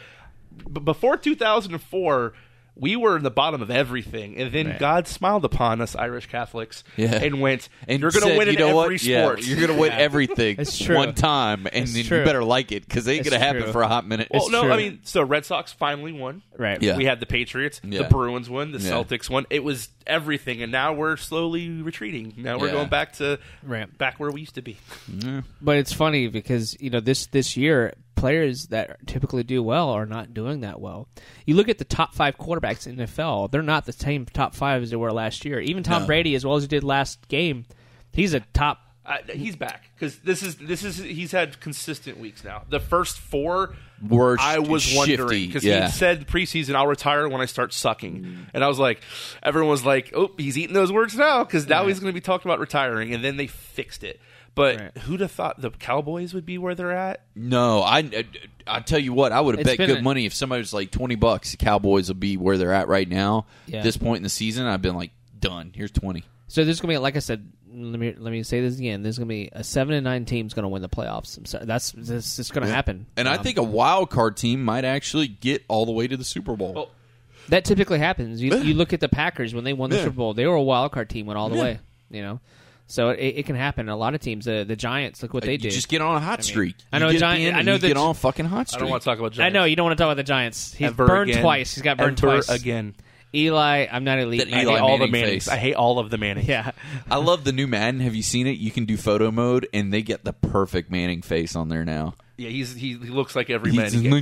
C: b- before 2004. We were in the bottom of everything, and then God smiled upon us Irish Catholics,
B: Yeah.
C: and went,
B: And
C: "You're going to
B: said,
C: win in
B: you know
C: every
B: what?
C: sport.
B: Yeah, you're going to win everything
A: It's true.
B: one time, and
A: It's
B: then
A: true.
B: you better like it because it ain't
A: It's
B: going to happen
A: true.
B: for a hot minute.
C: Well,
A: It's
C: no,
A: true.
C: I mean, so Red Sox finally won.
A: right.
B: Yeah.
C: We had the Patriots,
B: Yeah.
C: the Bruins won, the
B: Yeah.
C: Celtics won. It was everything, and now we're slowly retreating. Now we're
B: Yeah.
C: going back to
A: Right.
C: back where we used to be.
A: But it's funny because you know this this year players that typically do well are not doing that well. You look at the top five quarterbacks in the NFL; they're not the same top five as they were last year. Even Tom
B: No.
A: Brady, as well as he did last game, he's a top.
C: Uh, he's back because this is this is he's had consistent weeks now. The first four
B: Were
C: I was
B: shifty,
C: wondering because
B: yeah. Mm.
C: he said preseason I'll retire when I start sucking, and I was like, everyone was like, oh, he's eating those words now because now he's going to be talking about retiring, and then they fixed it. But
A: Right.
C: who'd have thought the Cowboys would be where they're at?
B: no, I, I I tell you what, I would have
A: It's
B: bet
A: been
B: good
A: a-
B: money if somebody was like twenty bucks. The Cowboys will be where they're at right now.
A: Yeah.
B: At this point in the season, I've been like, done. Here's twenty.
A: So there's gonna be, like I said, let me let me say this again. There's gonna be a seven and nine team's gonna win the playoffs. I'm sorry, that's this is gonna happen.
B: And I
A: Um,
B: think a wild card team might actually get all the way to the Super Bowl.
C: Well,
A: that typically happens. You, you look at the Packers when they won the
B: Yeah.
A: Super Bowl; they were a wild card team, went all the
B: Yeah.
A: way. You know, so it, it can happen. A lot of teams, uh, the Giants, look what they
B: you
A: did.
B: just get on a hot streak.
A: I know
B: you get
A: Giant-
B: at the end
A: I
B: and
A: know
B: you
A: that-
B: get on a fucking hot
C: I
B: streak.
C: don't want to talk about.
A: I
C: Giants
A: know you don't want to talk about the Giants. He's
C: ever
A: burned
C: again.
A: twice. He's got burned
C: Ever
A: twice
C: again.
A: Eli, I'm not elite.
B: That
A: I
B: Eli
C: I
A: hate
C: hate
A: all-
C: all the
B: Manning
C: Mannings.
B: face.
C: I hate all of the Mannings.
A: yeah,
B: I love the new Madden. Have you seen it? You can do photo mode, and they get the perfect Manning face on there now.
C: yeah. He's he, he looks like every
B: He's
C: Manning.
B: in the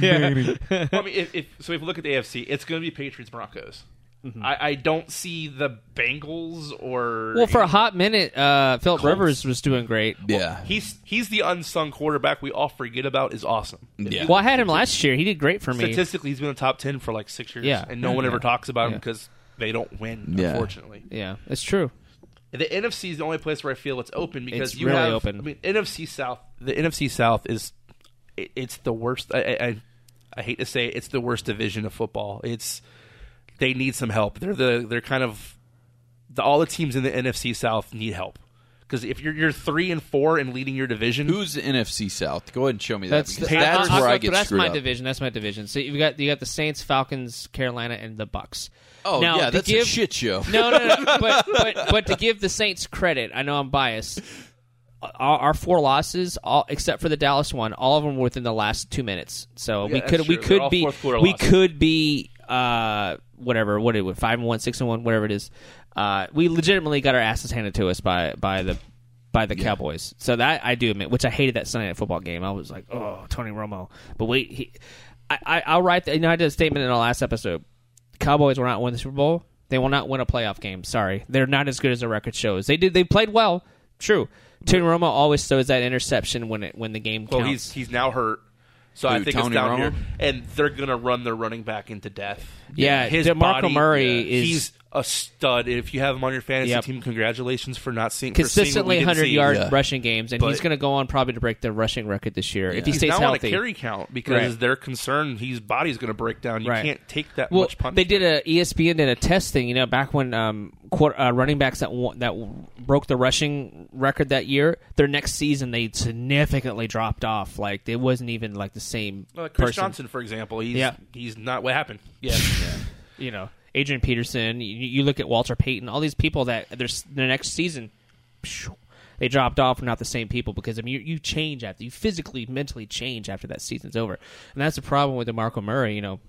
B: Manning.
C: Well, I mean, if, if, so if we look at the AFC, it's going to be Patriots Broncos.
A: Mm-hmm.
C: I, I don't see the Bengals or
A: Well, for a hot minute, uh, Philip Rivers was doing great.
B: Yeah,
C: he's he's the unsung quarterback we all forget about is awesome.
B: yeah.
A: Well, I had him last year. He did great for me.
C: Statistically, he's been in the top ten for like six years,
A: Yeah.
C: and no
A: Yeah.
C: one ever talks about him
A: Yeah.
C: because they don't win.
B: Yeah.
C: Unfortunately,
A: Yeah, it's true.
C: the NFC is the only place where I feel it's open because
A: It's
C: you
A: really
C: have.
A: open.
C: I mean, NFC South. The NFC South is it, it's the worst. I, I- I I hate to say it, it's the worst division of football. It's they need some help. They're the they're kind of the, all the teams in the NFC South need help because if you're you're three and four and leading your division,
B: Who's the NFC South? Go ahead and show me that.
A: That's
B: because
A: the-
B: that's
A: I'll- I'll
B: where
A: go-
B: I get
A: That's
B: screwed
A: my
B: up.
A: division. That's my division. So you got you got the Saints, Falcons, Carolina, and the Bucks.
B: Oh
A: Now,
B: yeah,
A: to
B: that's
A: give-
B: a shit show.
A: No, no, no. but, but but to give the Saints credit, I know I'm biased. Our, our four losses, all except for the Dallas one, all of them were within the last two minutes. So we
C: that's
A: could we
C: true. They're
A: could
C: all
A: be
C: fourth quarter
A: we
C: losses.
A: could be uh, whatever, what it was, five and one, six and one, whatever it is. Uh, we legitimately got our asses handed to us by by the by the Cowboys. So that I do admit, which I hated that Sunday night football game. I was like, oh, Tony Romo. But wait, he, I, I I'll write. The, you know, I did a statement in the last episode. Cowboys will not win the Super Bowl. They will not win a playoff game. Sorry, they're not as good as the record shows. They did. They played well. True. Tony Romo always throws that interception when it when the game
C: Well,
A: counts.
C: he's he's now hurt, so I
B: Who,
C: think
B: Tony
C: it's down
B: Romo?
C: here, and they're gonna run their running back into death.
A: Yeah, DeMarco Murray is-
C: he's a stud. If you have him on your fantasy
A: Yep.
C: team, congratulations for not seeing for seeing what
A: consistently
C: we didn't
A: 100
C: see.
A: yard
B: Yeah.
A: rushing games, and
C: But-
A: he's going to go on probably to break the rushing record this year if he
C: he's
A: stays
C: now
A: healthy.
C: on a carry count because
A: Right.
C: they're concerned his body's going to break down. You
A: Right.
C: can't take that
A: well,
C: much punishment.
A: they did a E ESPN did a test thing, you know, back when um, quarter, uh, running backs that won, that broke the rushing record that year, their next season they significantly dropped off. Like it wasn't even like the same
C: Uh, Chris
A: person,
C: Johnson, for example, he's
A: Yeah.
C: he's not what happened. Yeah,
A: you know. Adrian Peterson, you, you look at Walter Payton, all these people that their their next season phew, they dropped off are not the same people because I mean you, you change after you physically mentally change after that season's over, and that's the problem with Demarco Murray. You know,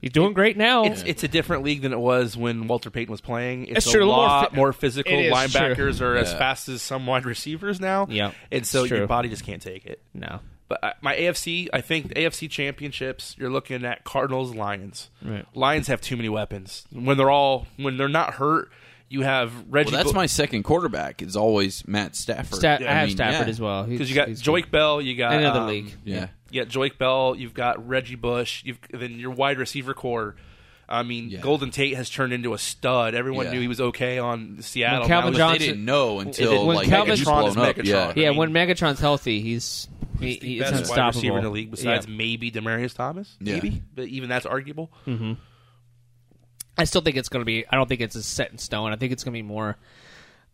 A: he's doing great now.
C: it's it's a different league than it was when Walter Payton was playing. It's
A: It's true, a
C: a
A: little more
C: lot
A: fi-
C: more physical.
A: it is
C: Linebackers are as
B: Yeah.
C: fast as some wide receivers now.
A: Yeah,
C: and so
A: it's
C: your
A: true.
C: body just can't take it.
A: no,
C: But I, my AFC, I think AFC championships. You're looking at Cardinals, Lions.
A: Right.
C: Lions have too many weapons. When they're all when they're not hurt, you have Reggie.
B: Well, that's
C: Bush-
B: my second quarterback. Is always Matt Stafford.
A: Sta- I have
B: mean,
A: Stafford
B: yeah.
A: as well
C: because you got Joyke Bell, you got
A: Another
C: um,
A: league.
B: Yeah,
C: Yeah, Joyke Bell. You've got Reggie Bush. You've then your wide receiver core. I mean,
B: Yeah.
C: Golden Tate has turned into a stud. Everyone
B: Yeah.
C: knew he was okay on Seattle.
A: When
C: Now
A: Calvin
C: he's-
A: Johnson-
B: they didn't know until
A: when
B: like
A: Calvin-
B: he's
C: Megatron is
B: blown up.
C: Megatron.
B: Yeah,
A: Yeah,
C: I mean-
A: when Megatron's healthy, he's he, he, it's
C: best wide
A: unstoppable.
C: receiver in the league besides
A: Yeah. Hmm.
C: maybe Demarius Thomas.
B: Yeah.
C: Maybe, but even that's arguable.
A: I still think it's going to be. I don't think it's as set in stone. I think it's going to be more.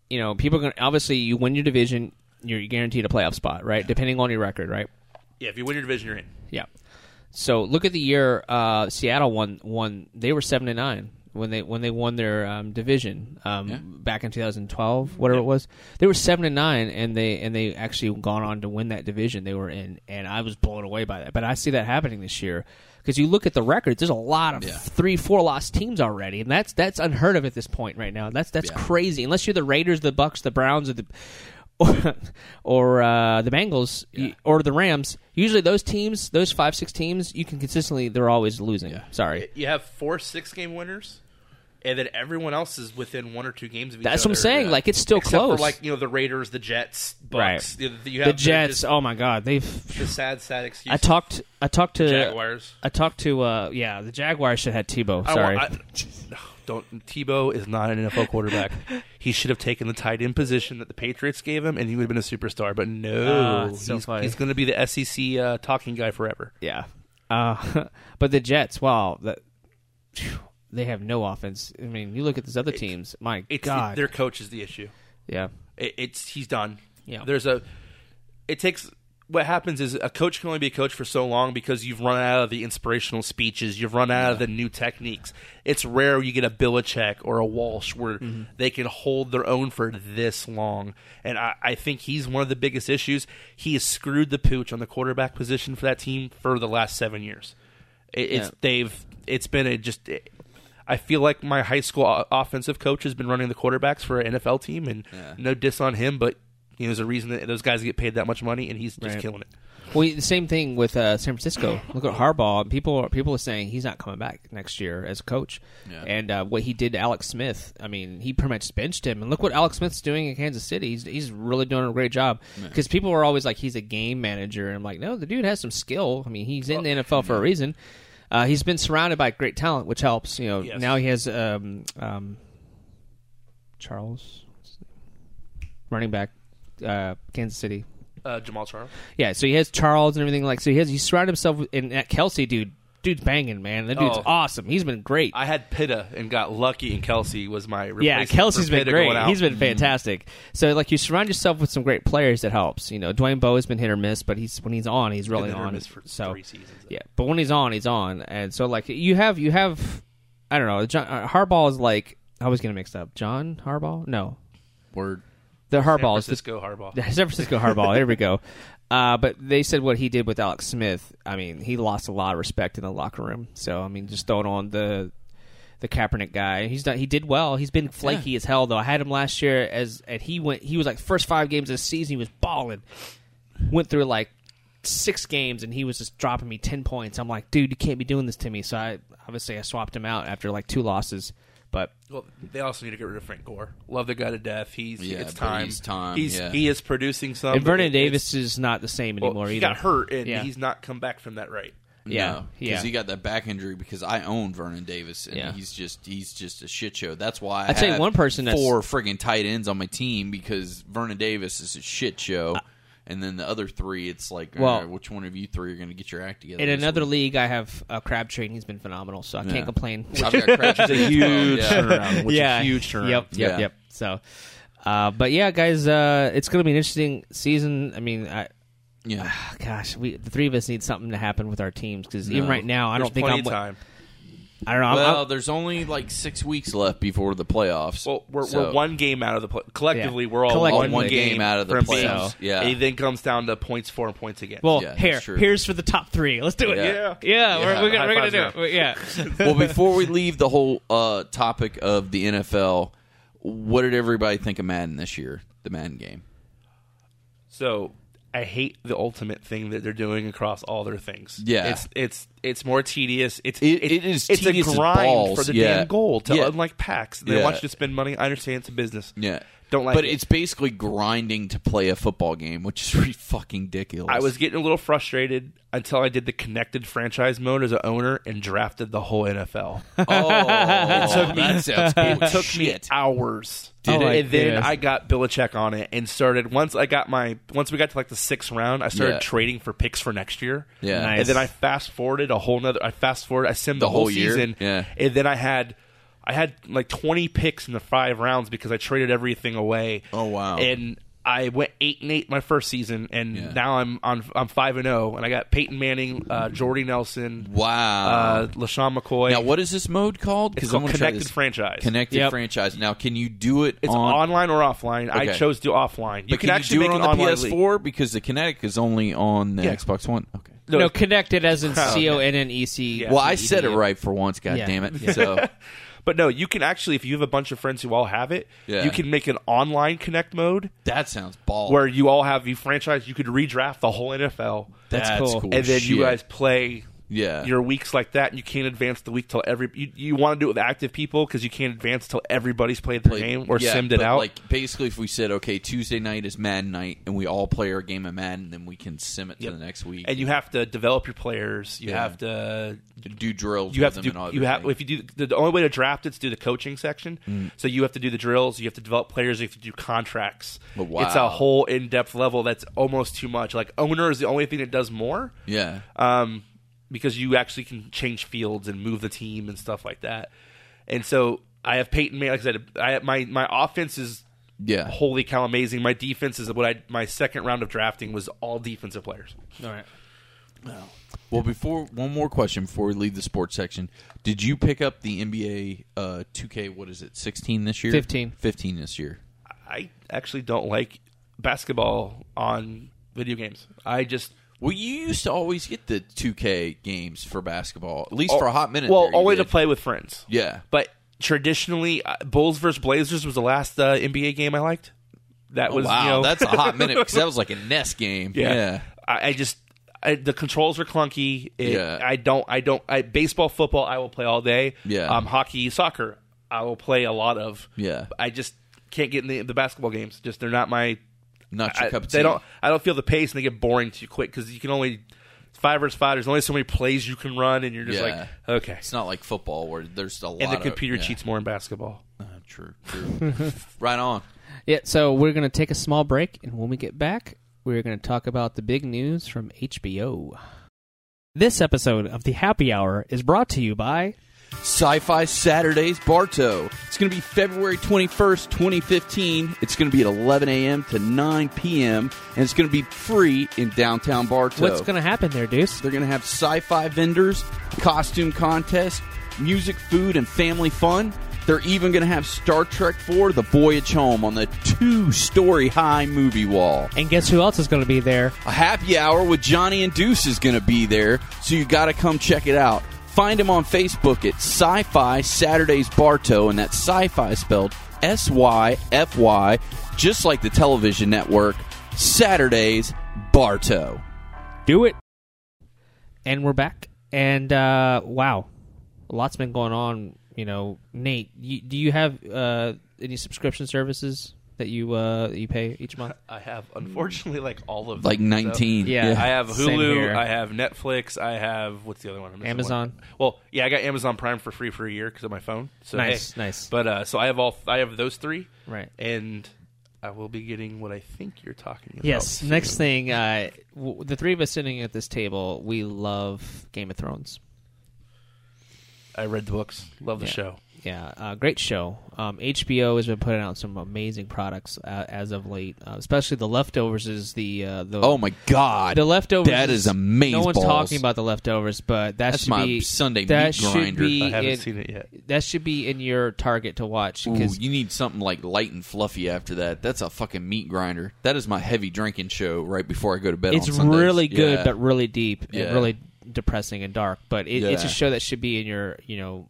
A: You know, people are going to obviously you win your division, you're guaranteed a playoff spot, right? Depending on your record, right?
C: Yeah, if you win your division, you're in.
A: Yeah. So look at the year uh, Seattle won. Won they were seven and nine when they when they won their um, division um,
B: Yeah.
A: back in 2012, whatever it was. They were seven and nine, and they and they actually gone on to win that division they were in, and I was blown away by that. But I see that happening this year because you look at the records. There's a lot of
B: Yeah.
A: three, four lost teams already, and that's that's unheard of at this point right now. That's that's
B: Yeah.
A: crazy. Unless you're the Raiders, the Bucks, the Browns, or the or, or uh, the Bengals y- or the Rams. Usually, those teams, those five six teams, you can consistently they're always losing. Sorry,
C: You have four six game winners, and then everyone else is within one or two games of each
A: that's what I'm
C: other.
A: saying. Like it's still
C: Except
A: close.
C: for like you know the Raiders, the Jets, Bucks.
A: Right.
C: You- you
A: the
C: have
A: Jets.
C: just
A: oh my God, they've.
C: the sad, sad excuse.
A: I talked. I talked to.
C: Jaguars.
A: I talked to. Uh, yeah, the Jaguars should have had Tebow.
C: I don't
A: Sorry.
C: want- I- don't Tebow is not an NFL quarterback. he should have taken the tight end position that the Patriots gave him, and he would have been a superstar. But
A: Ah,
C: no,
A: it's so
C: he's,
A: funny.
C: he's going to be the SEC uh, talking guy forever.
A: yeah. Uh, but the Jets. Wow. That. phew, They have no offense. I mean, you look at these other teams. My
C: It's
A: God.
C: their coach is the issue.
A: yeah.
C: It, it's he's done.
A: Yeah.
C: There's a. It takes. What happens is a coach can only be a coach for so long because you've run out of the inspirational speeches, you've run out of the new techniques. It's rare you get a Belichick or a Walsh where they can hold their own for this long. And I, I think he's one of the biggest issues. He has screwed the pooch on the quarterback position for that team for the last seven years. It, It's
A: Yeah.
C: they've it's been a just. I feel like my high school o- offensive coach has been running the quarterbacks for an NFL team, and
B: Yeah.
C: no diss on him, but you know, there's a reason that those guys get paid that much money, and he's just
A: Right.
C: killing it.
A: Well, the same thing with uh, San Francisco. Look at Harbaugh. People are people are saying he's not coming back next year as a coach.
B: Yeah.
A: And uh, what he did to Alex Smith, I mean, he pretty much benched him. And look what Alex Smith's doing in Kansas City. He's he's really doing a great job. Because people are always like he's a game manager, and I'm like, no, the dude has some skill. I mean, he's in the NFL for a reason. Uh, he's been surrounded by great talent, which helps. You know,
C: Yes.
A: now he has um, um, Charles, what's his name? running back, uh, Kansas City.
C: Uh, Jamal Charles.
A: Yeah, so he has Charles and everything like so he has he's surrounded himself with and that Kelsey dude dude's banging, man. That dude's
C: Oh.
A: awesome. He's been great.
C: I had Pitta and got lucky, and Kelsey was my
A: yeah,
C: replacement
A: Kelsey's
C: for
A: been
C: Pitta
A: great.
C: going out. Mm-hmm.
A: He's been fantastic. So like you surround yourself with some great players that helps. You know, Dwayne Bowe has been hit or miss, but he's when he's on, he's really
C: Been there
A: on.
C: missed for
A: so
C: three seasons.
A: yeah, but when he's on, he's on. And so like you have you have I don't know, John, uh, Harbaugh is like I was getting mixed up. John Harbaugh? No.
B: word.
A: The
C: San
A: Harbaugh is the
C: Francisco Harbaugh.
A: San Francisco Harbaugh. There we go. Uh, but they said what he did with Alex Smith. I mean, he lost a lot of respect in the locker room. So I mean, just throwing on the the Kaepernick guy, he's done. He did well. He's been flaky as hell though. I had him last year as and he went. He was like first five games of the season, he was balling. Went through like six games and he was just dropping me ten points. I'm like, dude, you can't be doing this to me. So I obviously I swapped him out after like two losses. But
C: Well, they also need to get rid of Frank Gore. Love the guy to death. He's
B: Yeah,
C: it's
B: but
C: time.
B: he's time,
C: He's
B: yeah.
C: he is producing some.
A: and Vernon
C: Um, It- it's-
A: Davis is not the same
C: well,
A: anymore
C: he
A: either.
C: got hurt and
A: Yeah.
C: he's not come back from that right.
A: Yeah,
B: because
A: yeah.
B: he got that back injury. Because I own Vernon Davis, and
A: Yeah.
B: he's just he's just a shit show. That's why I
A: I'll tell you
B: have
A: one person that's-
B: four friggin' tight ends on my team because Vernon Davis is a shit show, and then the other three, it's like,
A: Well-
B: all right, which one of you three are going to get your act together?
A: In
B: this
A: another
B: week?
A: league, I have uh, Crabtree, and he's been phenomenal, so I
B: Yeah.
A: can't complain.
B: I've got Crabtree as well, Oh, yeah.
C: turnaround.
A: Yep, yep,
B: Yeah.
A: yep. So, uh, but yeah, guys, uh, it's going to be an interesting season. I mean, I, oh
B: Yeah.
A: gosh, we the three of us need something to happen with our teams because even
B: No.
A: right now, I don't think
C: plenty
A: I'm.
C: of time.
A: I don't know. I'm-
B: Well,
A: I'm,
B: there's only like six weeks left before the playoffs.
C: Well, we're, we're
B: so-
C: one game out of the play- collectively.
A: Yeah.
C: We're all
A: Collectively.
C: one,
A: One
C: game,
B: game out of the
C: from being-
B: playoffs. Yeah.
C: and it then comes down to points for and points against.
A: well,
B: yeah,
A: here,
B: that's true.
A: here's for the top three. Let's do it.
B: Yeah.
A: yeah,
B: Yeah.
A: We're, we're gonna,
C: High
A: we're gonna
C: fives
A: do
C: now.
A: it. We- Yeah,
B: well, before we leave the whole uh, topic of the NFL, what did everybody think of Madden this year? The Madden game.
C: So I hate the ultimate thing that they're doing across all their things.
B: Yeah.
C: it's it's it's more tedious. It's
B: It- it is
C: it's
B: tedious
C: a
B: as
C: grind
B: balls,
C: for the
B: yeah.
C: damn goal to
B: Yeah.
C: unlike packs. They
B: Yeah.
C: want you to spend money. I understand it's a business.
B: Yeah,
C: Don't like
B: But
C: it.
B: it's basically grinding to play a football game, which is really fucking ridiculous.
C: I was getting a little frustrated until I did the connected franchise mode as an owner and drafted the whole NFL.
B: Oh, that sounds cool.
C: it took
B: Shit.
C: me hours.
A: Did Oh it? my
C: and then
A: goodness.
C: I got Billichek on it and started once I got my once we got to like the sixth round, I started
B: Yeah.
C: trading for picks for next year.
B: Yeah.
A: Nice.
C: And then I fast forwarded a whole nother I fast forwarded I simmed the,
B: whole year?
C: season.
B: Yeah.
C: And then I had I had like twenty picks in the five rounds because I traded everything away.
B: Oh, wow.
C: And I went eight and eight my first season, and
B: Yeah.
C: now I'm on I'm five and zero, and I got Peyton Manning, uh, Jordy Nelson,
B: Wow.
C: uh, Lashawn McCoy.
B: now, what is this mode called?
C: it's
B: Because
C: called
B: I'm gonna try
C: connected
B: this.
C: franchise.
B: Connected
A: Yep.
B: franchise. Now, can you do it
C: It's
B: on?
C: online or offline. I
B: Okay.
C: chose to do offline. You
B: but
C: can, actually
B: you do
C: make
B: it on
C: an
B: the
C: online league.
B: PS4 because the Kinetic is only on the
C: Yeah.
B: Xbox One. Okay.
A: no,
C: No,
A: connected as in
C: okay.
A: C O N N E C.
B: Well, I said it right for once. God
A: Yeah.
B: damn it! So
C: but no, you can actually if you have a bunch of friends who all have it,
B: Yeah.
C: you can make an online connect mode
B: that sounds ball.
C: where you all have you franchise. You could redraft the whole NFL,
B: that's,
A: That's
B: cool.
A: cool.
C: and then you
B: shit.
C: guys play.
B: yeah,
C: Your weeks like that, and you can't advance the week till every. You, you want to do it with active people because you can't advance till everybody's played the
B: Like,
C: game or
B: yeah,
C: simmed it
B: but,
C: out.
B: Like basically, if we said okay, Tuesday night is Madden night, and we all play our game of Madden, then we can sim it
C: Yep.
B: to the next week
C: and you have to develop your players. You
B: Yeah.
C: have to
B: do drills.
C: you have to
B: with them
C: do
B: and
C: you have
B: everything. Mm.
C: if you do the, the only way to draft it's do the coaching section. So you have to do the drills, you have to develop players, you have to do contracts.
B: But wow.
C: It's a whole in depth level that's almost too much. Like owner is the only thing that does more.
B: yeah.
C: Um, because you actually can change fields and move the team and stuff like that. And so I have Peyton Manning. Like I said, I my my offense is
B: yeah.
C: holy cow amazing. My defense is what I my second round of drafting was all defensive players.
A: All right.
B: Well, before one more question before we leave the sports section, did you pick up the NBA uh, 2K? What is it? 16 this year?
A: 15.
B: 15 this year.
C: I actually don't like basketball on video games. I just
B: Well, you used to always get the 2K games for basketball, at least for a hot minute.
C: Oh, Well,
B: there you
C: only to
B: did.
C: play with friends.
B: Yeah.
C: But traditionally, uh, Bulls versus Blazers was the last uh, NBA game I liked. That was
B: Oh, wow,
C: you know,
B: that's a hot minute because that was like a NES game.
C: yeah.
B: yeah.
C: I, I just I, the controls are clunky. It-
B: Yeah.
C: I don't. I don't. I, baseball, football, I will play all day.
B: Yeah.
C: Um, hockey, soccer, I will play a lot of.
B: Yeah.
C: I just can't get in the, the basketball games. Just they're not my.
B: Not your
C: I,
B: cup of
C: they
B: tea.
C: don't. I don't feel the pace, and they get boring too quick because you can only five versus five. There's only so many plays you can run, and you're just
B: Yeah.
C: like, okay.
B: It's not like football where there's a lot.
C: And the computer
B: of, yeah.
C: cheats more in basketball.
B: Uh, true, true. right on.
A: Yeah, so we're going to take a small break, and when we get back, we're going to talk about the big news from HBO. This episode of The Happy Hour is brought to you by.
B: Sci-Fi Saturdays Bartow. It's going to be February 21st, 2015. It's going to be at 11 a.m. to 9 p.m. and it's going to be free in downtown Bartow.
A: What's going to happen there, Deuce?
B: They're going to have sci-fi vendors, costume contest, music, food, and family fun. They're They're even going to have Star Trek IV: The Voyage Home on the two-story high movie wall.
D: And guess who else is going to be there?
B: A happy hour with Johnny and Deuce is going to be there, so you got to come check it out. Find him on Facebook at Sci Fi Saturdays Bartow, and that's Sci Fi spelled S Y F Y, just like the television network, Saturdays Bartow.
D: Do it.
A: and we're back. And uh, wow, a lot's been going on. You know, Nate, you, do you have uh, any subscription services that you uh, that you pay each month?
C: I have, unfortunately, like all of them.
B: Like
C: so-
B: 19.
A: Yeah.
C: I have
A: Same here.
C: Hulu. I have Netflix. I have what's the other one? I'm missing
A: Amazon.
C: one. Well, yeah, I got Amazon Prime for free for a year because of my phone. So,
A: Nice,
C: hey.
A: nice.
C: But uh, so I have all. I have those three,
A: Right.
C: and I will be getting what I think you're talking about.
A: Yes. Next thing, uh, w- the three of us sitting at this table, we love Game of Thrones.
C: I read the books. Love the
A: Yeah.
C: show.
A: Yeah, uh, great show. Um, HBO has been putting out some amazing products uh, as of late, uh, especially the leftovers. Is the uh, the
B: Oh my God!
A: the leftovers?
B: That is amazing.
A: No one's
B: balls.
A: talking about the leftovers, but that
B: That's
A: should
B: my
A: be
B: Sunday
A: that
B: meat
A: should
B: grinder.
A: Be
C: I haven't
A: in-
C: seen it yet.
A: That should be in your target to watch
B: Ooh,
A: because
B: you need something like light and fluffy after that. That's a fucking meat grinder. That is my heavy drinking show right before I go to bed.
A: it's
B: on Sundays.
A: really good,
B: Yeah.
A: but really deep
B: Yeah.
A: and really depressing and dark. But it, it's
B: Yeah.
A: a show that should be in your you know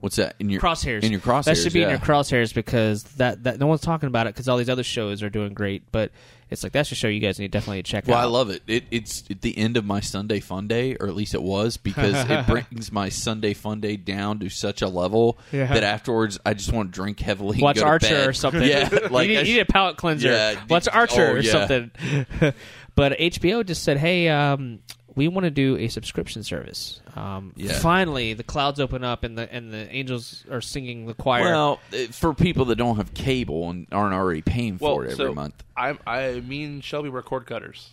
B: what's that in your
A: crosshairs.
B: In your crosshairs,
A: That should be in
B: yeah.
A: your crosshairs because that, that no one's talking about it because all these other shows are doing great. But it's like that's a show you guys need to definitely check
B: Well,
A: out.
B: I love it. it. It's at the end of my Sunday fun day, or at least it was, because it brings my Sunday fun day down to such a level that afterwards I just want to drink heavily. and
A: Watch
B: go to
A: Archer
B: bed.
A: or something.
B: Yeah, like
A: you, need,
B: I
A: you
B: sh-
A: need a palate cleanser.
B: Yeah,
A: Watch
B: d-
A: Archer
B: oh,
A: or
B: yeah.
A: something. but HBO just said, "Hey, um, we want to do a subscription service." Um,
B: Yeah.
A: Finally, the clouds open up and the and the angels are singing the choir.
B: well, uh, for people that don't have cable and aren't already paying for it every
C: so
B: month,
C: I'm, I mean, Shelby, we're cord cutters.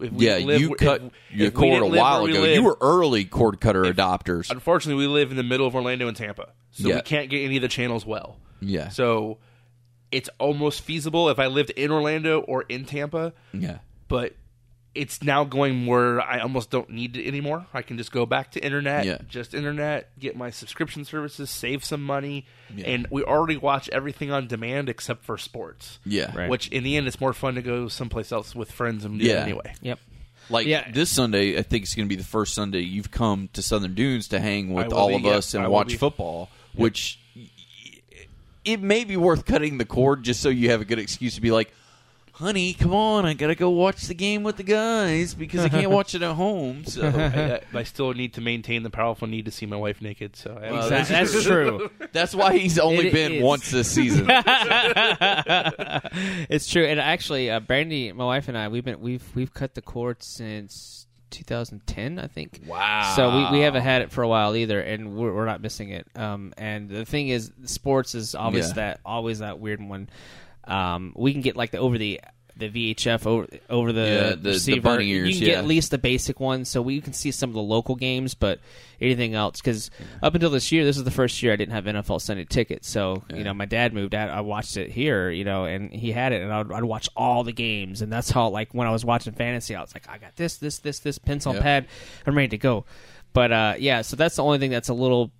C: If we
B: yeah,
C: live-
B: you
C: if-
B: cut
C: if
B: your
C: we didn't
B: cord a
C: live where
B: while
C: we
B: ago.
C: live-
B: you were early cord cutter adopters.
C: Unfortunately, we live in the middle of Orlando and Tampa, so
B: Yeah.
C: we can't get any of the channels well.
B: Yeah.
C: So it's almost feasible if I lived in Orlando or in Tampa,
B: yeah.
C: but it's now going where I almost don't need it anymore. I can just go back to internet,
B: Yeah.
C: just internet, get my subscription services, save some money, and we already watch everything on demand except for sports.
B: Yeah.
A: Right.
C: Which in the end, it's more fun to go someplace else with friends and do
B: Yeah.
C: it anyway.
A: yep.
B: Like
A: Yeah.
B: this Sunday, I think it's going to be the first Sunday you've come to Southern Dunes to hang
C: I
B: with
C: will
B: all
C: be,
B: of
C: yeah,
B: us and
C: I will
B: watch
C: be.
B: football, which it may be worth cutting the cord just so you have a good excuse to be like, honey, come on, I got to go watch the game with the guys because I can't watch it at home. So
C: I, I- I still need to maintain the powerful need to see my wife naked. So I
A: Exactly. That's true.
B: that's why he's only
A: It
B: been
A: is.
B: once this season.
A: It's true, and actually, uh, Brandy, my wife and I, we've been we've we've cut the cord since 2010, I think.
B: Wow.
A: So we, we haven't had it for a while either, and we're, we're not missing it. Um, and the thing is, sports is always
B: Yeah.
A: that always that weird one. Um, we can get like the over the the VHF over over the
B: Yeah, the- the
A: receiver.
B: bunny
A: you
B: ears,
A: can get
B: yeah.
A: at least the basic ones, so we can see some of the local games, but anything else because up until this year, this is the first year I didn't have NFL Sunday ticket. So you know, my dad moved out. I watched it here, you know, and he had it, and I'd, I'd watch all the games, and that's how like when I was watching fantasy, I was like, I got this, this, this, this pencil
B: Yeah.
A: pad, I'm ready to go. But uh, yeah, so that's the only thing that's a little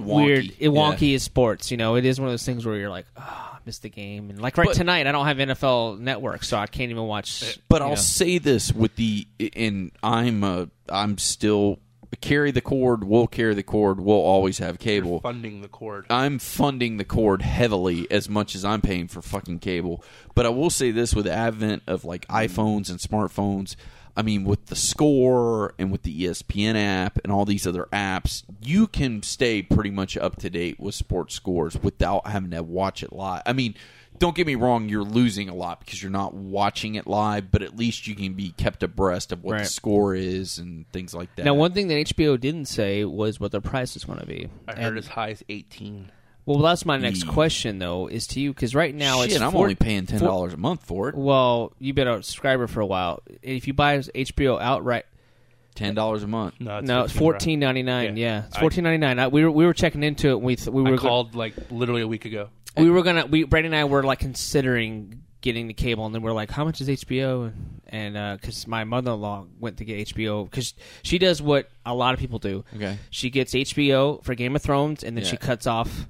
B: Wonky.
A: weird,
B: Yeah.
A: wonky is sports. You know, it is one of those things where you're like, oh, I missed the game, and like right
B: But- Eh,
A: tonight, I don't have NFL Network, so I can't even watch.
B: But
A: you
B: I'll
A: know.
B: say this with the and I'm uh, I'm still carry the cord. We'll carry the cord. We'll always have cable.
C: funding the
A: Um,
C: cord.
B: I'm funding the cord heavily as much as I'm paying for fucking cable. But I will say this with the advent of like iPhones and smartphones, I mean with the score and with the E ESPN app and all these other apps, you can stay pretty much up to date with sports scores without having to watch it live. I mean, don't get me wrong, you're losing a lot because you're not watching it live, but at least you can be kept abreast of what the
A: Right.
B: score is and things like that.
A: Now, one thing that HBO didn't say was what their price is going to be.
C: I heard as high as eighteen.
A: Well, that's my next question, though, is to you because right now
B: Shit,
A: it's
B: I'm
A: four-
B: only paying ten
A: four-
B: dollars a month for it.
A: Well, you've been a subscriber for a while. If you buy HBO outright,
B: Ten dollars a month.
C: No,
A: no, it's fourteen ninety nine.
C: Yeah.
A: Yeah, it's fourteen ninety nine. We were we were checking into it. And we th- we were
C: I
A: go-
C: called like literally a week ago.
A: we were gonna we Brandon and I were like considering getting the cable, and then we're like, how much is HBO? And because my mother in law went to get HBO because she does what a lot of people do.
B: Okay.
A: she gets HBO for Game of Thrones, and then
B: Yeah.
A: she cuts off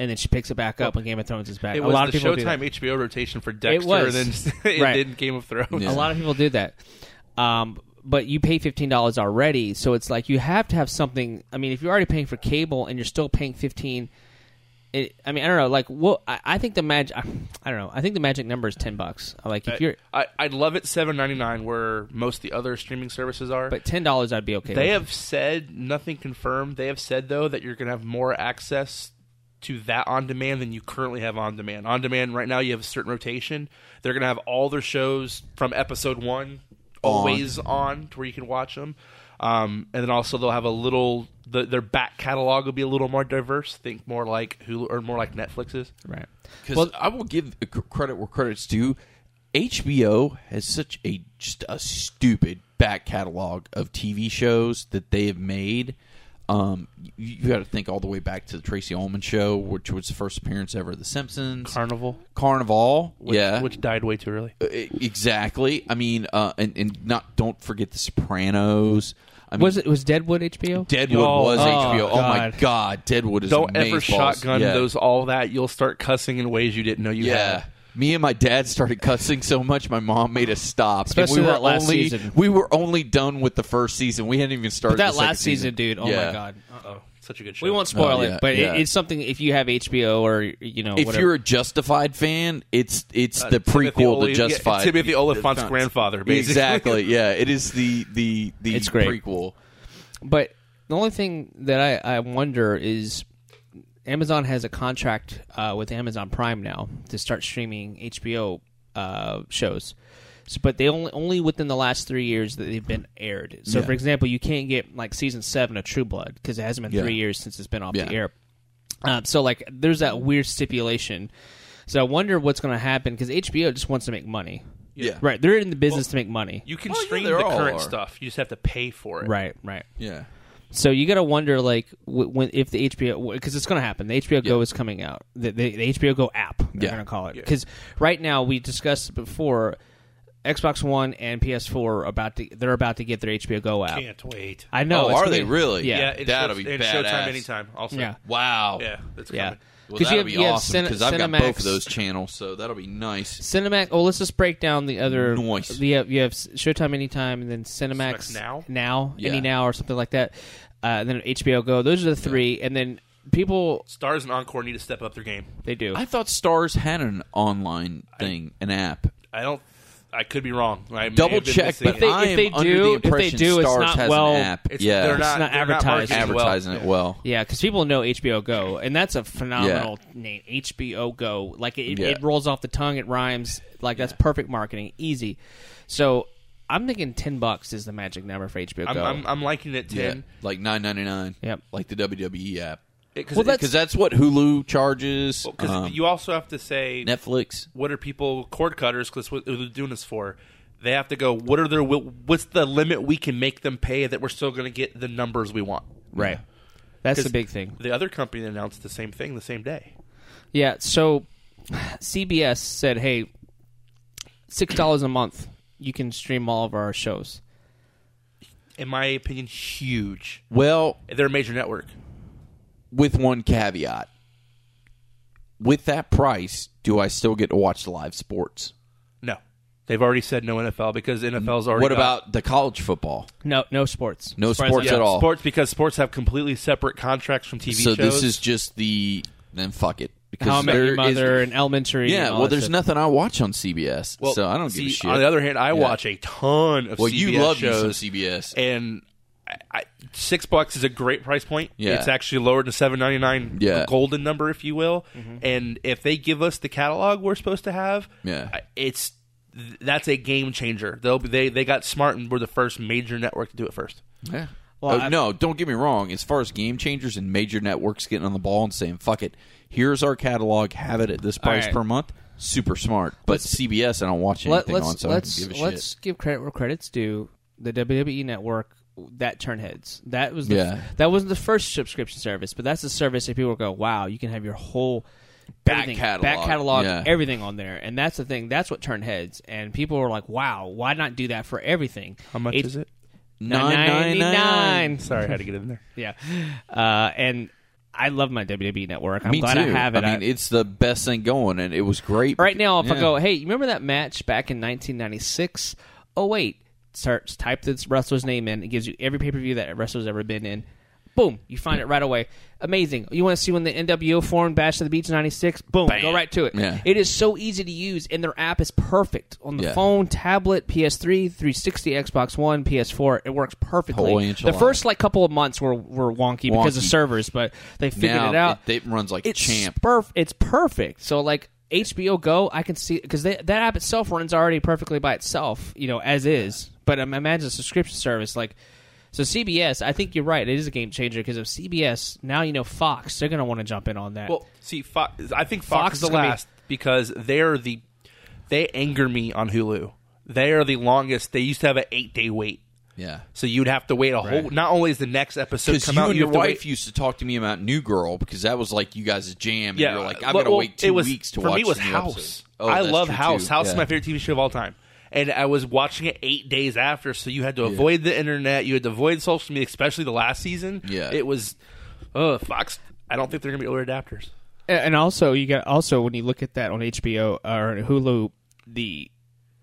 A: and then she picks it back up when Game of Thrones is back.
C: It
A: a
C: was
A: lot of
C: the
A: people do that.
C: Showtime HBO rotation for Dexter,
A: was.
C: and then it
A: Right.
C: did Game of Thrones.
A: A
B: Yeah.
A: lot of people do that. Um, but you pay fifteen dollars already, so it's like you have to have something. I mean, if you're already paying for cable and you're still paying fifteen, it, I mean, I don't know. Like, what? I, I think the magic. I, I don't know. I think the magic number is ten bucks. Like, if you're,
C: I, I love it seven ninety nine where most of the other streaming services are.
A: but ten dollars, I'd be okay.
C: they
A: with.
C: have said nothing confirmed. They have said though that you're gonna have more access to that on demand than you currently have on demand. On demand right now you have a certain rotation. They're gonna have all their shows from episode one always on, to where you can watch them. Um, and then also they'll have a little the, their back catalog will be a little more diverse. Think more like Hulu or more like Netflix's.
A: right.
B: Because I will give c- credit where credit's due. HBO has such a just a stupid back catalog of TV shows that they have made. Um, you, you got to think all the way back to the Tracy Ullman show, which was the first appearance ever of The Simpsons,
C: Carnival,
B: Carnival,
C: which,
B: yeah,
C: which died way too early.
B: Uh, exactly. I mean, uh, and, and not don't forget The Sopranos. I mean,
A: Was it was Deadwood HBO?
B: Deadwood
C: Oh,
B: was
A: oh,
B: HBO. Oh my
A: God.
B: God, Deadwood is
C: Don't ever
B: amazeballs.
C: shotgun
B: Yeah.
C: those all that. You'll start cussing in ways you didn't know you
B: Yeah.
C: had.
B: Me and my dad started cussing so much, my mom made us stop. And
A: Especially
B: we were
A: that last
B: only,
A: season.
B: We were only done with the first season. We hadn't even started
A: but that
B: the second
A: last season, dude. Oh
B: Yeah.
A: my god.
C: Oh, such a good show.
A: We won't spoil
B: Oh, yeah,
A: it, but
B: yeah.
A: it, it's something. If you have HBO or you know,
B: If
A: whatever.
B: you're a Justified fan, it's it's the
C: Uh, Timothy
B: prequel
C: Oly-
B: to
C: yeah,
B: Justified.
C: Timothy Oliphant's
B: Defense.
C: grandfather, basically.
B: Exactly. Yeah, it is the the the
A: It's great.
B: prequel.
A: But the only thing that I, I wonder is Amazon has a contract uh, with Amazon Prime now to start streaming HBO uh, shows. So, but they only only within the last three years that they've been aired. So,
B: Yeah.
A: for example, you can't get like season seven of True Blood because it hasn't been three years since it's been off
B: Yeah.
A: the air. Um, so, like, there's that weird stipulation. So, I wonder what's going to happen because HBO just wants to make money.
B: Yeah.
A: Right, they're in the business to make money.
C: You can
B: Well, yeah,
C: stream
B: they're
C: the
B: all
C: current
B: are.
C: stuff. You just have to pay for it.
A: right, right.
B: Yeah.
A: So you got to wonder, like, w- when if the HBO because it's going to happen. The HBO Go is coming out. The, the, the HBO Go app, they're
B: Yeah.
A: going to call it. Because right now we discussed before, Xbox One and PS4 are about to they're about to get their HBO Go app.
C: Can't wait.
A: I know.
B: oh,
A: it's
B: are
A: gonna
B: they
A: be-
B: really?
A: Yeah.
C: yeah, and
B: That'll
C: show,
B: be
C: and
B: badass.
C: Showtime anytime. Also,
A: Yeah.
B: Wow.
C: yeah, that's
A: Yeah.
C: coming.
B: Well,
A: 'Cause you
B: that'll
A: have-
B: be
A: you have
B: awesome
A: Cine-
B: because I've got both
A: Cinemax.
B: of those channels, so that'll be nice.
A: Cinemax. Oh, let's just break down the other.
B: Nice.
A: You have, you have Showtime Anytime, and then Cinemax,
C: Cinemax Now?
A: Now,
B: Yeah.
A: Any Now, or something like that. Uh, and then HBO Go. Those are the three. And then people
C: Stars and Encore need to step up their game.
A: they do.
B: I thought Stars had an online thing, an app.
C: I don't. I could be wrong. I may
B: Double
C: have been
B: check,
C: missing
B: but
C: it.
A: they-
B: I
A: if
B: am
A: they
B: under
A: do-
B: the
A: if they
B: impression
A: do, it's
B: Stars
A: not
B: has
A: well-
B: an app.
C: It's-
B: yeah,
C: they're not,
A: not
C: they're
A: advertised
C: marketing
B: advertising
C: well.
B: it well.
A: Yeah, because people know HBO Go, and that's a phenomenal name. HBO Go, like it,
B: Yeah.
A: it rolls off the tongue, it rhymes. Like that's perfect marketing, easy. So I'm thinking ten bucks is the magic number for HBO
C: I'm,
A: Go.
C: I'm, I'm liking it
B: Yeah,
C: ten.
B: like nine ninety nine.
A: Yep.
B: like the WWE app
C: Because
A: Well, that's-
B: because that's what Hulu charges. um,
C: you also have to say
B: Netflix.
C: what are people cord cutters because what they're doing this for they have to go what are their what's the limit we can make them pay that we're still going to get the numbers we want
A: right. That's the
C: 'Cause
A: big thing.
C: the other company announced the same thing the same day
A: Yeah. So CBS said, "Hey, six dollars a month, you can stream all of our shows."
C: in my opinion huge
B: Well,
C: they're a major network
B: with one caveat. With that price, do I still get to watch live sports?
C: no they've already said no nfl because nfl's already
B: What
C: got-
B: about the college football?
A: No, no sports.
B: No
A: As far as
B: sports
A: I know.
B: at all.
C: sports because sports have completely separate contracts from tv
B: so
C: shows
B: this is just the then fuck it because
A: How I Met
B: there
A: Your
B: is-
A: Mother and Elementary.
B: yeah,
A: and all
B: well,
A: that
B: there's
A: shit.
B: nothing I watch on CBS,
C: Well,
B: so I don't
C: see,
B: give a shit.
C: on the other hand i
B: Yeah.
C: watch a ton of
B: well,
C: CBS
B: you love you
C: shows
B: some CBS.
C: and I, I, six bucks is a great price point.
B: Yeah.
C: it's actually lower than seven ninety nine.
B: Yeah.
C: golden number, if you will. And if they give us the catalog we're supposed to have,
B: Yeah.
C: I- it's th- that's a game changer. They'll be- they they got smart and were the first major network to do it first.
B: Yeah.
A: Well,
B: Oh,
A: I-
B: no, don't get me wrong. As far as game changers and major networks getting on the ball and saying "fuck it," here's our catalog. Have it at this price
A: right.
B: per month. Super smart, but CBS I don't watch anything
A: let's,
B: on, so
A: let's,
B: I don't give a
A: let's
B: shit.
A: give credit where credit's due. The WWE Network that turned heads. That was the
B: Yeah.
A: that wasn't the first subscription service, but that's the service that people go, "Wow, you can have your whole
B: Back
A: everything-
B: catalog.
A: back catalog,
B: Yeah.
A: everything on there." And that's the thing. That's what turned heads, and people were like, "Wow, why not do that for everything?"
C: How much is it?
B: $9.99.
A: Nine ninety nine.
C: Sorry, I had to get in there.
A: Yeah, uh, and I love my WWE network. I'm
B: Me
A: glad
B: too.
A: I have it.
B: I mean, it's the best thing going, and it was great.
A: right now, if I
B: Yeah.
A: go, hey, you remember that match back in 1996? Oh wait, search, type this wrestler's name in. It gives you every pay per view that wrestler's ever been in. Boom, you find it right away. Amazing. You want to see when the NWO formed Bash to the Beach '96? Boom, go right to it.
B: Yeah.
A: It is so easy to use, and their app is perfect on the
B: Yeah.
A: phone, tablet, PS3, 360, Xbox One, PS4. It works perfectly.
B: Whole enchilada.
A: the first like couple of months were were wonky, because of
B: Wonky.
A: servers, but they figured
B: now
A: it out
B: It, it runs like
A: it's
B: champ.
A: perf- it's perfect. So like HBO Go, I can see because that app itself runs already perfectly by itself, you know, as is. But um, imagine a subscription service like so CBS. I think you're right. It is a game changer because of CBS. Now you know Fox. They're gonna want to jump in on that.
C: Well, see, Fox, I think Fox,
A: Fox
C: is
A: is
C: the
A: gonna be-
C: last because they're the they anger me on Hulu. They are the longest. They used to have an eight day wait,
B: Yeah.
C: so you'd have to wait a whole. Not only is the next episode
B: Because
C: come
B: you
C: out,
B: and
C: you
B: your
C: have to
B: wife
C: wait-
B: used to talk to me about New Girl because that was like you guys' jam. And
C: yeah,
B: you're like, I've got
C: well-
B: to
C: well,
B: wait two
C: it was,
B: weeks to
C: for
B: watch
C: me. It was
B: the new
C: House.
B: episode. Oh,
C: I
B: that's
C: love
B: true,
C: House.
B: too.
C: House is
B: Yeah.
C: my favorite TV show of all time. And I was watching it eight days after, so you had to avoid the internet. You had to avoid social media, especially the last season.
B: Yeah.
C: it was. Uh, Fox. I don't think they're gonna be early adapters.
A: A- and also you got also when you look at that on HBO or Hulu, the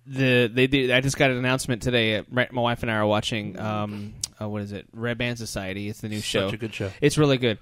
A: the they did. I just got an announcement today. uh, My my wife and I are watching. Um, uh, what is it? Red Band Society. It's the new show.
C: a good show.
A: It's really good.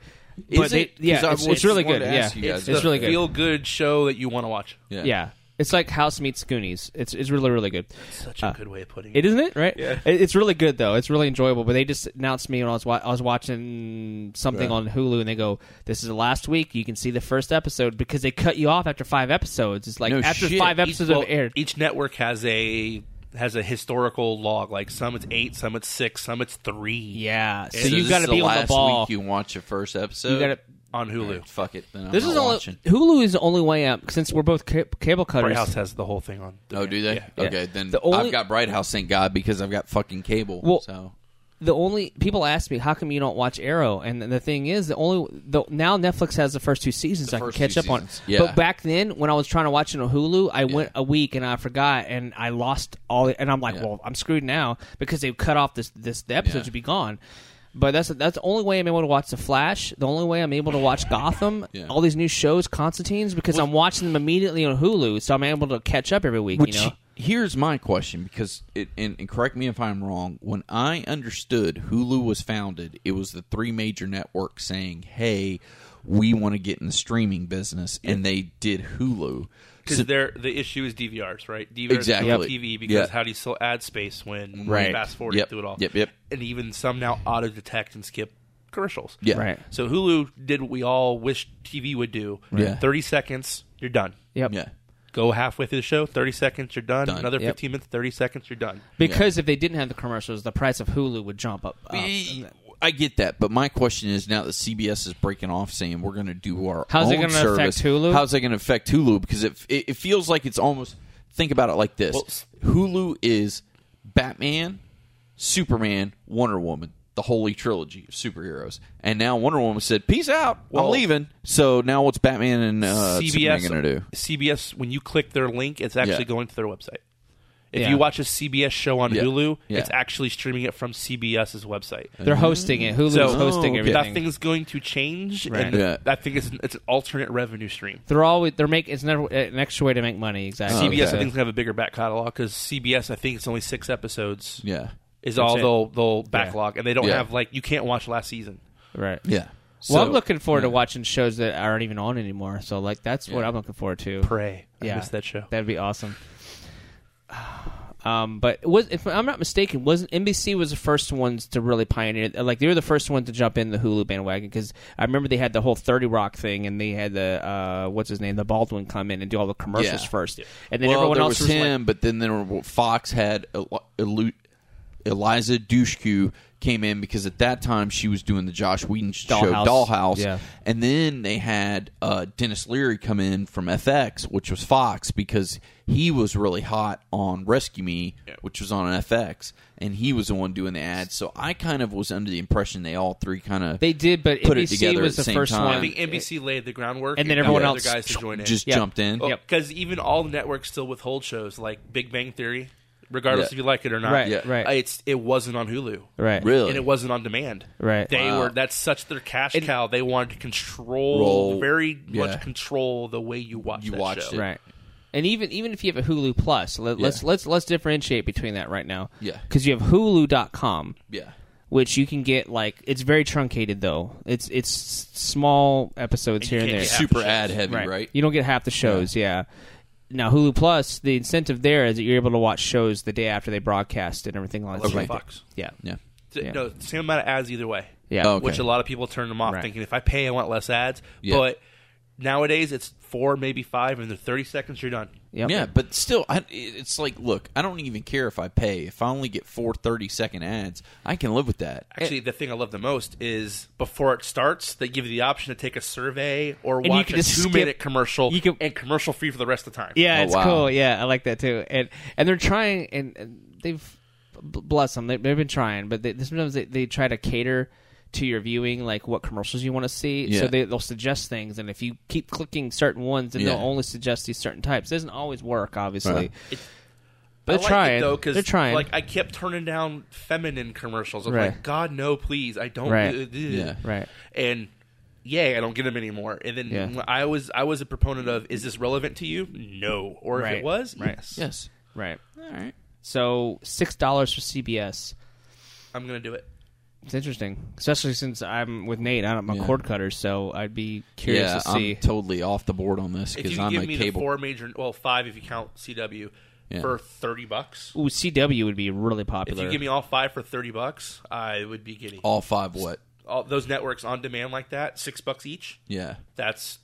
B: Is
A: But they-
B: it? 'Cause
A: yeah,
B: I
A: it's,
B: was-
A: it's really
B: wanted
A: good.
B: to
A: Yeah,
B: ask you guys
A: it's,
B: that.
A: it's really good.
C: Feel good show that you want to watch.
A: yeah. it's like House meets Goonies. It's it's really really good.
B: Ah.
C: Such a good way of putting it.
A: It isn't it right? Yeah. it's really good though. It's really enjoyable. But they just announced me when I was wa- I was watching something
B: Yeah.
A: on Hulu, and they go, "This is the last week. You can see the first episode because they cut you off after five episodes. It's like
B: No
A: after
B: shit.
A: five
B: Each-
A: episodes
C: Well,
A: have aired.
C: Each network has a has a historical log. Like some it's eight, some it's six, some it's three.
A: yeah, so,
B: So,
A: you
B: this
A: got to
B: is
A: be
B: the
A: on
B: last
A: the ball.
B: Week you watch the first episode.
A: you got to.
C: on
B: All right,
C: Hulu.
B: Fuck it. Then I'm
A: This
B: not
A: is only
B: watching.
A: Hulu is the only way up since we're both ca- cable
C: Bright
A: cutters.
C: House has the whole thing on.
B: Oh, do they?
C: Yeah.
B: Okay, then
A: The only-
B: I've got Bright House, thank God, because I've got fucking cable.
A: Well-
B: so
A: the only people ask me how come you don't watch Arrow, and the thing is, the only the, now Netflix has the first two seasons I can
B: first
A: catch
B: two
A: up on.
B: seasons, yeah.
A: But back then, when I was trying to watch it on Hulu, I went a week and I forgot, and I lost all. And I'm like,
B: Yeah.
A: well, I'm screwed now because they've cut off this this the episodes would be gone. But that's that's the only way I'm able to watch The Flash. The only way I'm able to watch Gotham,
B: Yeah.
A: all these new shows, Constantine's, because I'm watching them immediately on Hulu, so I'm able to catch up every week.
B: Which
A: you know,
B: here's my question because it and, and correct me if I'm wrong. When I understood Hulu was founded, it was the three major networks saying, "Hey, we want to get in the streaming business," and they did Hulu.
C: Because
B: So-
C: they're the issue is DVRs, right? DVRs
B: Exactly.
C: on TV because
B: Yeah.
C: how do you still add space when
B: Right.
C: you fast forward
B: Yep.
C: through it all?
B: Yep, yep.
C: And even some now auto detect and skip commercials.
B: yeah,
A: right?
C: So Hulu did what we all wish TV would do.
B: Yeah.
C: Thirty seconds, you're done.
A: Yep.
B: yeah.
C: Go halfway through the show, thirty seconds, you're done.
B: Done.
C: Another
A: Yep.
C: fifteen minutes, thirty seconds, you're done.
A: Because if they didn't have the commercials, the price of Hulu would jump up.
C: Uh,
A: up.
B: I get that, but my question is now that CBS is breaking off, saying we're going to do our
A: How's it
B: own
A: gonna
B: service,
A: affect Hulu?
B: How's it going to affect Hulu? Because it, it it feels like it's almost think about it like this:
C: Well, s-
B: Hulu is Batman, Superman, Wonder Woman, the holy trilogy of superheroes, and now Wonder Woman said, "Peace out,
C: Well-
B: I'm leaving." So now what's Batman and uh, Superman
C: CBS
B: going to do?
C: CBS when you click their link, it's actually
B: Yeah.
C: going to their website. If
A: Yeah.
C: you watch a CBS show on
B: Yeah.
C: Hulu,
B: Yeah.
C: it's actually streaming it from CBS's website.
A: They're hosting it. Hulu's
C: So-
A: hosting
B: Oh, okay.
A: everything.
C: Nothing's going to change,
A: Right.
C: and
B: Yeah.
C: I think it's an, it's an alternate revenue stream.
A: They're always they're making it's never uh, an extra way to make money. Exactly.
B: Oh,
C: CBS,
B: okay.
C: I think, is gonna have a bigger back catalog because CBS, I think, it's only six episodes.
B: Yeah,
C: Is all
A: it.
C: they'll they'll backlog, and they don't
B: Yeah.
C: have like you can't watch last season.
A: right.
B: yeah.
A: well,
B: So-
A: I'm looking forward to watching shows that aren't even on anymore. So like that's what
B: Yeah.
A: I'm looking forward to.
C: Pray,
A: Yeah.
C: I missed that show.
A: That'd be awesome. Um, but it was if I'm not mistaken, wasn't NBC was the first ones to really pioneer? Like they were the first ones to jump in the Hulu bandwagon because I remember they had the whole Thirty Rock thing, and they had the uh, what's his name, the Baldwin come in and do all the commercials
B: Yeah.
A: first, and then
B: well,
A: everyone
B: there
A: else
B: was
A: was like,
B: him, but then there were, Fox had Eli- Elu- Eliza Dushku came in because at that time she was doing the Josh Whedon show
A: Dollhouse.
B: Dollhouse,
A: Yeah.
B: and then they had uh, Dennis Leary come in from FX, which was Fox because he was really hot on Rescue Me, which was on FX, and he was the one doing the ads. So I kind of was under the impression they all three kind of
A: They did, but
B: Put
A: NBC
B: it together
A: was
B: at
A: the
B: the same
A: first
B: time.
C: I
B: Um,
A: one.
C: think NBC laid the groundwork,
A: And then
C: got the
A: everyone
C: other
A: else
C: guys Oh. to join in.
B: just
A: Yeah.
B: jumped in.
A: Yep.
C: Because even all the networks still withhold shows like Big Bang Theory regardless
B: Yeah.
C: if you like it or not.
A: Right,
B: Yeah.
A: right.
C: Uh, It's it wasn't on Hulu,
A: right.
B: Really?
C: and it wasn't on demand.
A: Right.
C: They
B: Wow.
C: were that's such their cash cow. They wanted to control
B: Roll.
C: very
B: Yeah.
C: much control the way you watch
B: You
C: that
B: watched
C: show.
B: it.
A: Right. And even even if you have a Hulu Plus, let,
B: Yeah.
A: let's let's let's differentiate between that right now.
B: Yeah.
A: Because you have Hulu.com,
B: yeah.
A: which you can get like it's very truncated though. It's it's small episodes
C: And
A: here
C: you
A: and
C: can't
A: there.
C: get half
B: Super
C: the shows.
B: ad heavy, right?
A: You don't get half the shows. Yeah. Now Hulu Plus, the incentive there is that you're able to watch shows the day after they broadcast and everything like
B: Okay.
A: that.
C: Fox.
A: Yeah.
B: Yeah. Oh,
C: Th-
A: Yeah.
C: No, same amount of ads either way.
A: Yeah.
B: Okay.
C: Which a lot of people turn them off,
A: Right.
C: thinking if I pay, I want less ads.
B: Yeah.
C: But nowadays it's four, maybe five, and they're thirty seconds. You're done.
A: Yep.
B: Yeah, but still, I, it's like, look, I don't even care if I pay. If I only get four 30 second ads, I can live with that.
C: Actually, the thing I love the most is before it starts, they give you the option to take a survey or
A: you
C: watch
A: can
C: a
A: just skip-
C: two-minute commercial
A: you can-
C: and commercial free for the rest of the time.
A: Yeah,
B: Oh,
A: it's
B: wow.
A: cool. Yeah, I like that too. And and they're trying, and, and they've b- bless them. They, they've been trying, but they, sometimes they, they try to cater to your viewing, like what commercials you want to see.
B: Yeah.
A: So they, they'll suggest things, and if you keep clicking certain ones, then
B: Yeah.
A: they'll only suggest these certain types. It doesn't always work, obviously.
B: Right.
A: But
C: I
A: they're
C: like
A: trying
C: it, though because
A: They're trying.
C: Like I kept turning down feminine commercials. I'm
A: Right.
C: like, God, no, please, I don't.
A: Right.
C: uh, uh,
B: Yeah.
A: right.
C: And yay, I don't get them anymore. And then
A: Yeah.
C: I was I was a proponent of is this relevant to you? No. Or if
A: Right.
C: it was,
A: Right.
C: yes.
B: Yes.
A: Right.
B: All right.
A: So six dollars for CBS.
C: I'm gonna do it.
A: It's interesting, especially since I'm with Nate. I don't, I'm a
B: Yeah.
A: cord cutter, so I'd be curious
B: yeah,
A: to see.
B: I'm totally off the board on this
C: If you
B: because
C: can
B: I'm
C: give
B: a
C: me
B: cable.
C: the four major well, five if you count CW
B: Yeah.
C: for thirty bucks.
A: Ooh, CW would be really
C: If
A: popular.
C: you give me all five for thirty bucks, I would be giddy.
B: all five what?
C: all those networks on demand like that, six bucks each.
B: Yeah.
C: That's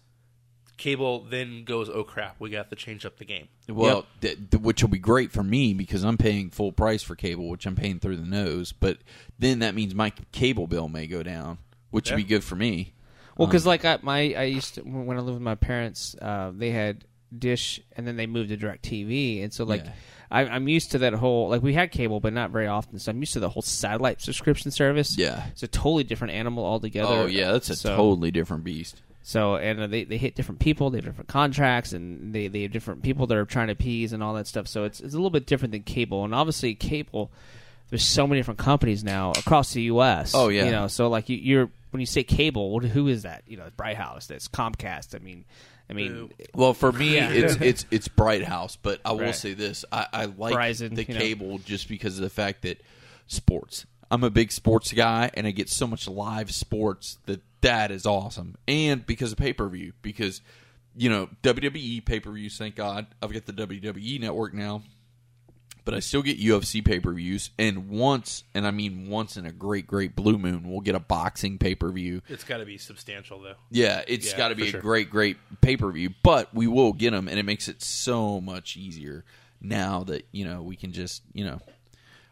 C: cable. Then goes, oh crap, we got to change up the game.
B: Well, th- th- which will be great for me because I'm paying full price for cable, which I'm paying through the nose. But then that means my cable bill may go down, which would
C: Yeah.
B: be good for me.
A: Well,
B: Um,
A: because like I, my I used to when I lived with my parents, uh, they had Dish, and then they moved to Direct TV, and so like
B: Yeah.
A: I, I'm used to that whole like we had cable, but not very often. So I'm used to the whole satellite subscription service.
B: Yeah.
A: it's a totally different animal altogether.
B: Oh yeah, that's a
A: so,
B: totally different beast.
A: So and uh, they they hit different people, they have different contracts, and they they have different people that are trying to appease and all that stuff. So it's it's a little bit different than cable, and obviously cable. There's so many different companies now across the U.S.
B: Oh, yeah.
A: you know. So like you, you're when you say cable, what, who is that? You know, it's Bright House, that's Comcast. I mean, I mean,
B: Well, for me, it's it's it's Bright House, but I will
A: Right.
B: say this: I, I like
A: Verizon,
B: the
A: you know.
B: cable just because of the fact that sports. I'm a big sports guy, and I get so much live sports that that is awesome, and because of pay per view, because you know WWE pay per views. Thank God, I've got the WWE network now. But I still get UFC pay per views, and once, and I mean once in a great, great blue moon, we'll get a boxing pay per view.
C: It's got to be substantial though.
B: Yeah, it's
C: Yeah,
B: got to
C: for
B: be a
C: sure.
B: great, great pay per view, but we will get them, and it makes it so much easier now that you know we can just you know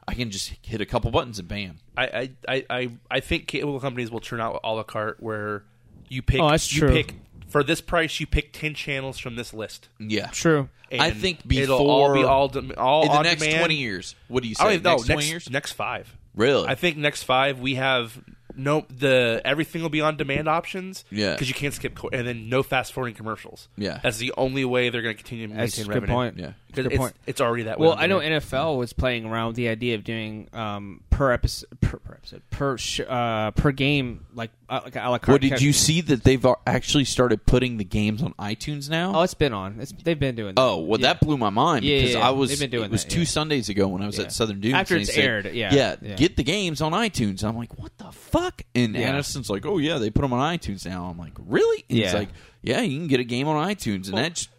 B: I can just hit a couple buttons and bam.
C: I I- I, I, I think cable companies will turn out a la carte where you pick.
A: Oh, that's
C: you
A: true.
C: Pick, for this price, you pick ten channels from this list.
B: Yeah,
A: true.
B: I
C: And
B: think
C: it'll all
B: before-
C: be all, dem- all
B: In the
C: on
B: next
C: demand.
B: twenty years, what do you
C: I don't
B: say?
C: even know.
B: next
C: Next,
B: twenty
C: next,
B: years,
C: five.
B: really?
C: I think next five we have no the everything will be on demand options.
B: Yeah.
C: because you can't skip co- and then no fast forwarding commercials.
B: Yeah.
C: that's the only way they're going to continue to maintain
A: That's a good
C: revenue.
A: point.
B: Yeah.
C: Because
A: Good
C: it's,
A: point.
C: it's already that way.
A: Well,
C: on
A: I know
C: demand.
A: NFL was playing around with the idea of doing um, per episode, per, per episode, per sh- uh, per game, like uh, like a la carte.
B: Well, did you see that they've a- actually started putting the games on iTunes
A: Oh,
B: now?
A: it's been on. It's, they've been doing. That.
B: Oh well, that blew my mind
A: Yeah,
B: because
A: yeah, yeah.
B: I was.
A: They've been doing
B: it was
A: that,
B: two
A: yeah.
B: Sundays ago when I was
A: Yeah.
B: at Southern Dunes.
A: After
B: and
A: it's
B: he said,
A: aired, yeah,
B: yeah,
A: yeah.
B: Get the games on iTunes. I'm like, what the fuck? And
A: Yeah.
B: Anderson's like, oh yeah, they put them on iTunes now. I'm like, really? And He's
A: Yeah.
B: like, yeah, you can get a game on iTunes, and that just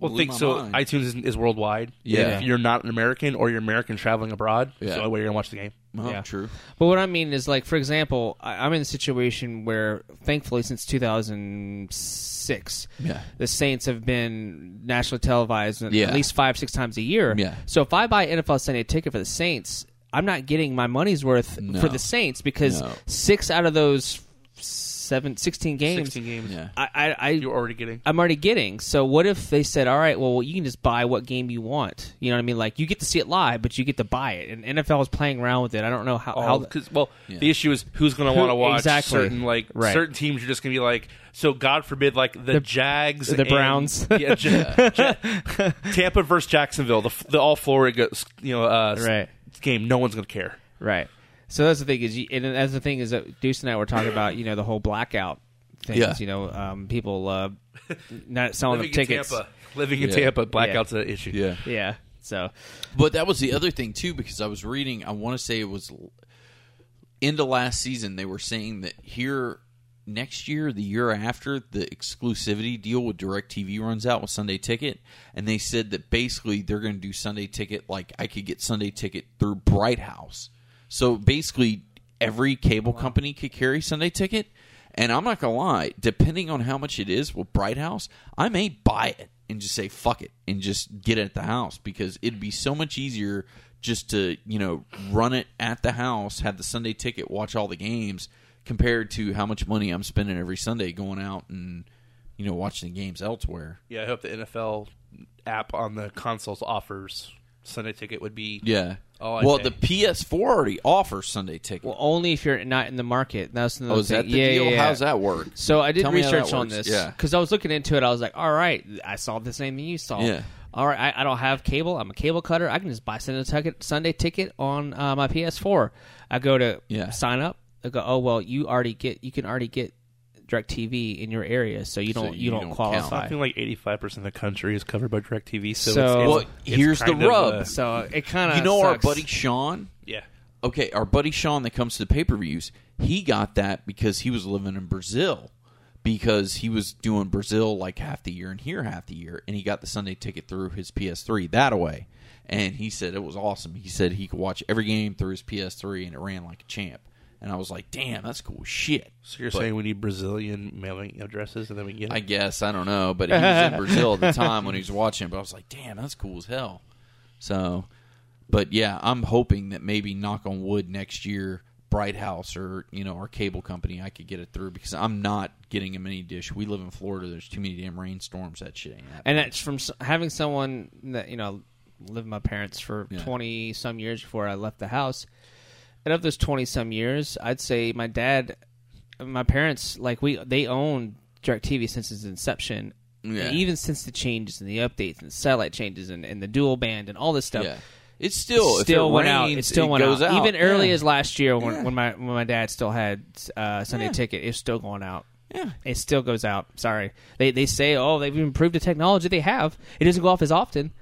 C: Well,
B: blew
C: think
B: my
C: so.
B: mind.
C: iTunes is, is worldwide.
B: Yeah.
C: If you're not an American or you're American traveling abroad, yeah.
B: Yeah.
C: so way you're gonna watch the game.
B: Oh,
A: Yeah.
B: True.
A: But what I mean is, like, for example, I, I'm in a situation where, thankfully, since 2006,
B: Yeah.
A: the Saints have been nationally televised
B: Yeah.
A: at least five, six times a year.
B: Yeah.
A: So if I buy NFL Sunday ticket for the Saints, I'm not getting my money's worth
B: No.
A: for the Saints because
B: No.
A: six out of those s- seven, 16 games.
C: 16 games.
B: Yeah.
A: I, I, I
C: You're already getting.
A: I'm already getting. So what if they said, all right, well, you can just buy what game you want. You know what I mean? Like you get to see it live, but you get to buy it. And NFL is playing around with it. I don't know how.
B: Oh,
C: all
A: how
C: because well,
B: Yeah.
C: the issue is who's going to
A: Who-
C: want to watch
A: exactly.
C: certain like
A: Right.
C: certain teams. You're just going to be like, so God forbid, like the, Jags,
A: the
C: and-
A: Browns.
C: yeah, Ja- Ja- Tampa versus Jacksonville, the f- the all Florida, go- you know, uh, s-
A: Right.
C: game. No one's going to care.
A: right. So that's the thing is, you, and that's the thing is that Deuce and I were talking about, you know, the whole blackout things.
B: Yeah.
A: You know, um, people uh, not selling
C: Living
A: up
C: in
A: tickets.
C: Tampa, living in
B: Yeah.
C: Tampa, blackouts an issue.
B: Yeah.
A: Yeah. So
B: But that was the other thing too, because I was reading. I want to say it was l- end of last season. They were saying that here next year, the year after, the exclusivity deal with Directv runs out with Sunday Ticket, and they said that basically they're going to do Sunday Ticket. Like I could get Sunday Ticket through Bright House, so basically every cable company could carry Sunday Ticket. And I'm not gonna lie, depending on how much it is with Bright House, I may buy it and just say fuck it and just get it at the house because it'd be so much easier just to you know run it at the house have the sunday ticket watch all the games compared to how much money i'm spending every sunday going out and you know watching the games elsewhere
C: Yeah, I hope the NFL app on the consoles offers Sunday ticket would be.
B: yeah
C: Oh, I
B: well
C: see.
B: the ps4 already offers sunday ticket
A: well, only if you're not in the market. That's another
B: oh is
A: thing.
B: that the
A: yeah,
B: deal
A: yeah, yeah.
B: how's that work
A: So I did
B: Tell me how that
A: research on
B: works.
A: this
B: Yeah.
A: because I was looking into it. I was like, all right, I saw the same thing you saw.
B: Yeah.
A: All right, I, I don't have cable. I'm a cable cutter. I can just buy Sunday ticket, Sunday ticket on uh, my PS4. I go to
B: Yeah.
A: sign up. I go, oh well, you already get. You can already get DirecTV in your area, so you
B: So
A: don't
B: you
A: you, don't,
B: don't count.
A: qualify.
C: I feel like 85% of the country is covered by DirecTV. So,
A: So-
C: it's, it's,
B: well
C: it's
B: here's the
C: kind of,
B: rub
C: uh,
A: So it kind of
B: you know our
A: sucks.
B: buddy sean
C: yeah.
B: okay, our buddy Sean that comes to the pay per views, he got that because he was living in Brazil because he was doing Brazil like half the year and here half the year, and he got the Sunday ticket through his PS3 that way. And he said it was awesome. He said he could watch every game through his PS3 and it ran like a champ. And I was like, damn, that's cool as shit.
C: So you're saying we need Brazilian mailing addresses and then we get it?
B: I guess I don't know, but he was in Brazil at the time when he was watching. But I was like, damn, that's cool as hell. So, but yeah, I'm hoping that maybe knock on wood next year, Bright House or you know our cable company, I could get it through because I'm not getting a mini dish. We live in Florida. There's too many damn rainstorms. That shit ain't happening.
A: and that's from s- having someone that you know lived with my parents for
B: Yeah.
A: 20 some years before i left the house and of those 20 some years i'd say my dad my parents like we they owned directv since its inception
B: Yeah.
A: and even since the changes and the updates and satellite changes and, and the dual band and all this stuff
B: yeah, it's still if
A: still
B: it
A: went out.
B: rains,
A: It still
B: it
A: went
B: goes
A: out. Even
B: Yeah.
A: early as last year, when,
B: Yeah.
A: when my when my dad still had uh, Sunday
B: Yeah.
A: ticket, it's still going out.
B: Yeah.
A: it still goes out. Sorry, they they say, oh, they've improved the technology. They have. It doesn't go off as often.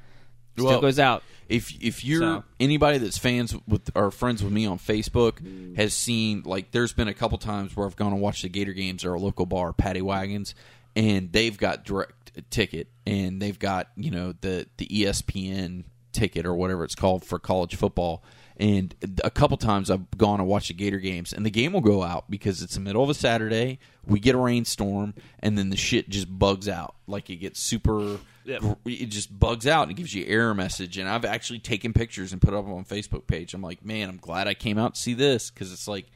A: Still
B: Well,
A: goes out.
B: if if you're
A: So-
B: anybody that's fans with or friends with me on Facebook has seen like there's been a couple times where I've gone and watched the Gator games at our local bar, Paddy Wagons, and they've got direct ticket and they've got you know the the E ESPN ticket or whatever it's called for college football. And a couple times I've gone and watched the Gator games, and the game will go out because it's the middle of a Saturday. We get a rainstorm, and then the shit just bugs out. Like it gets super
C: Yep.
B: it just bugs out and gives you error message. And I've actually taken pictures and put up on Facebook page. I'm like, man, I'm glad I came out to see this because it's like,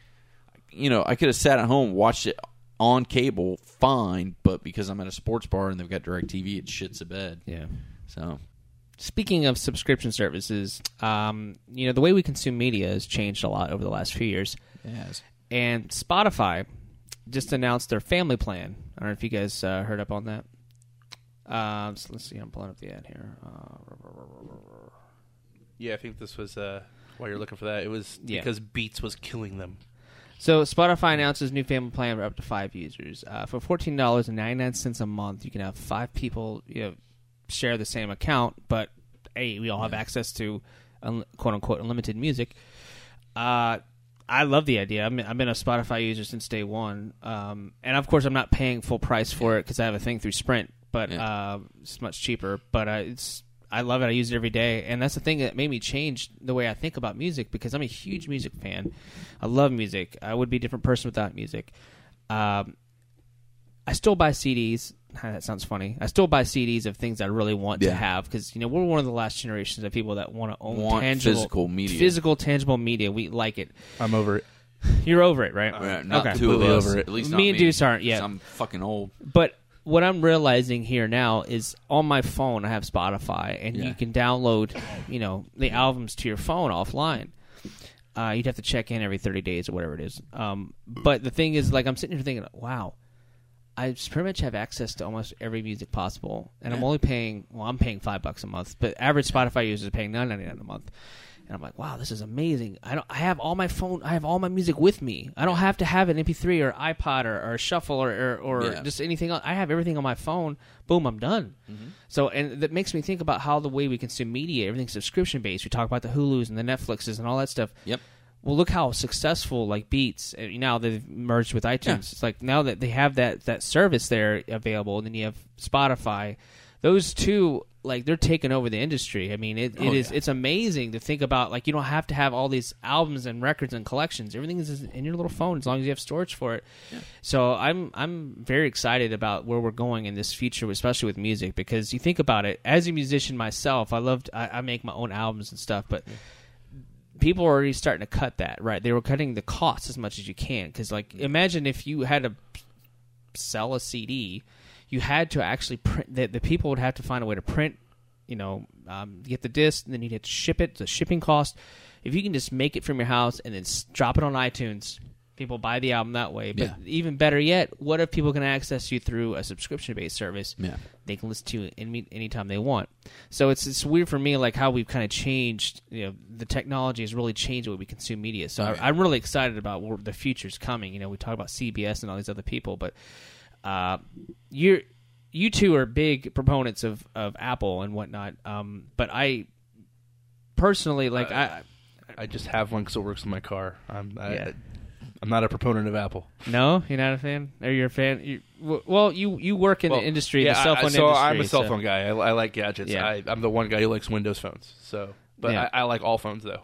B: you know, I could have sat at home watched it on cable, fine, but because I'm at a sports bar and they've got Directv, it shits a bed.
A: Yeah.
B: So
A: Speaking of subscription services, um, you know the way we consume media has changed a lot over the last few years.
B: yes,
A: And Spotify just announced their family plan. I don't know if you guys uh, heard up on that. Um, so let's see. I'm pulling up the ad here. Uh,
C: Yeah, I think this was uh, while you're looking for that. It was
A: Yeah.
C: because Beats was killing them.
A: So Spotify announces new family plan for up to five users. Uh, for fourteen dollars and ninety nine cents a month, you can have five people you know, share the same account, but hey, we all have access to un- quote unquote unlimited music. Uh, I love the idea. I'm, I've been a Spotify user since day one, um, and of course, I'm not paying full price for it because I have a thing through Sprint, but uh, it's much cheaper. But uh, it's I love it. I use it every day, and that's the thing that made me change the way I think about music because I'm a huge music fan. I love music. I would be a different person without music. Um, I still buy CDs. That sounds funny. I still buy CDs of things I really want
B: Yeah.
A: to have because you know we're one of the last generations of people that want to own
B: Want
A: tangible
B: physical media.
A: physical tangible media. We like it.
C: I'm over it.
A: You're over it, right?
B: Right, not
A: okay.
B: two of
C: Completely
B: us.
C: over it.
B: At least
A: Me
B: not
A: and Deuce aren't yet.
B: 'cause I'm fucking old.
A: But what I'm realizing here now is on my phone I have Spotify and
B: Yeah.
A: you can download, you know, the albums to your phone offline. Uh, you'd have to check in every 30 days or whatever it is. Um, but the thing is, like, I'm sitting here thinking, wow, I just pretty much have access to almost every music possible, and I'm only paying. Well, I'm paying five bucks a month, but average Spotify users are paying nine ninety nine a month. And I'm like, wow, this is amazing. I don't. I have all my phone. I have all my music with me. I don't have to have an MP3 or iPod or, or shuffle or or, or
B: Yeah.
A: just anything else. I have everything on my phone. Boom, I'm done.
B: Mm-hmm.
A: So, and that makes me think about how the way we consume media, everything's subscription based. We talk about the Hulu's and the Netflixes and all that stuff.
B: Yep.
A: Well, look how successful like Beats uh, now they've merged with iTunes.
B: Yeah.
A: It's like now that they have that that service there available, and then you have Spotify. Those two, like they're taking over the industry. I mean, it, it is it's amazing to think about. Like you don't have to have all these albums and records and collections. Everything is in your little phone as long as you have storage for it. So I'm I'm very excited about where we're going in this future, especially with music, because you think about it. As a musician myself, I loved I, I make my own albums and stuff, but people are already starting to cut that right they were cutting the cost as much as you can because like imagine if you had to sell a cd you had to actually print that the people would have to find a way to print you know um, get the disc and then you'd have to ship it the shipping cost if you can just make it from your house and then s- drop it on itunes people buy the album that way but
B: Yeah.
A: even better yet what if people can access you through a subscription based service
B: Yeah.
A: they can listen to it any anytime they want. So it's it's weird for me like how we've kind of changed. You know, the technology has really changed the way we consume media.
C: Oh,
A: So I, I'm really excited about where the future's coming. You know, we talk about CBS and all these other people, but uh, you're you two are big proponents of of Apple and whatnot. Um, but I personally like
C: Uh,
A: I
C: I just have one because it works in my car. I'm I,
A: Yeah.
C: I'm not a proponent of Apple.
A: no, you're not a fan, or you're a fan. You, well, you you work in
C: Well,
A: the industry, the
C: yeah,
A: cell
C: I-
A: phone
C: so
A: industry.
C: I'm a cell
A: so-
C: phone guy. I, I like gadgets.
A: Yeah.
C: I, I'm the one guy who likes Windows phones. So, but
A: Yeah.
C: I, I like all phones though.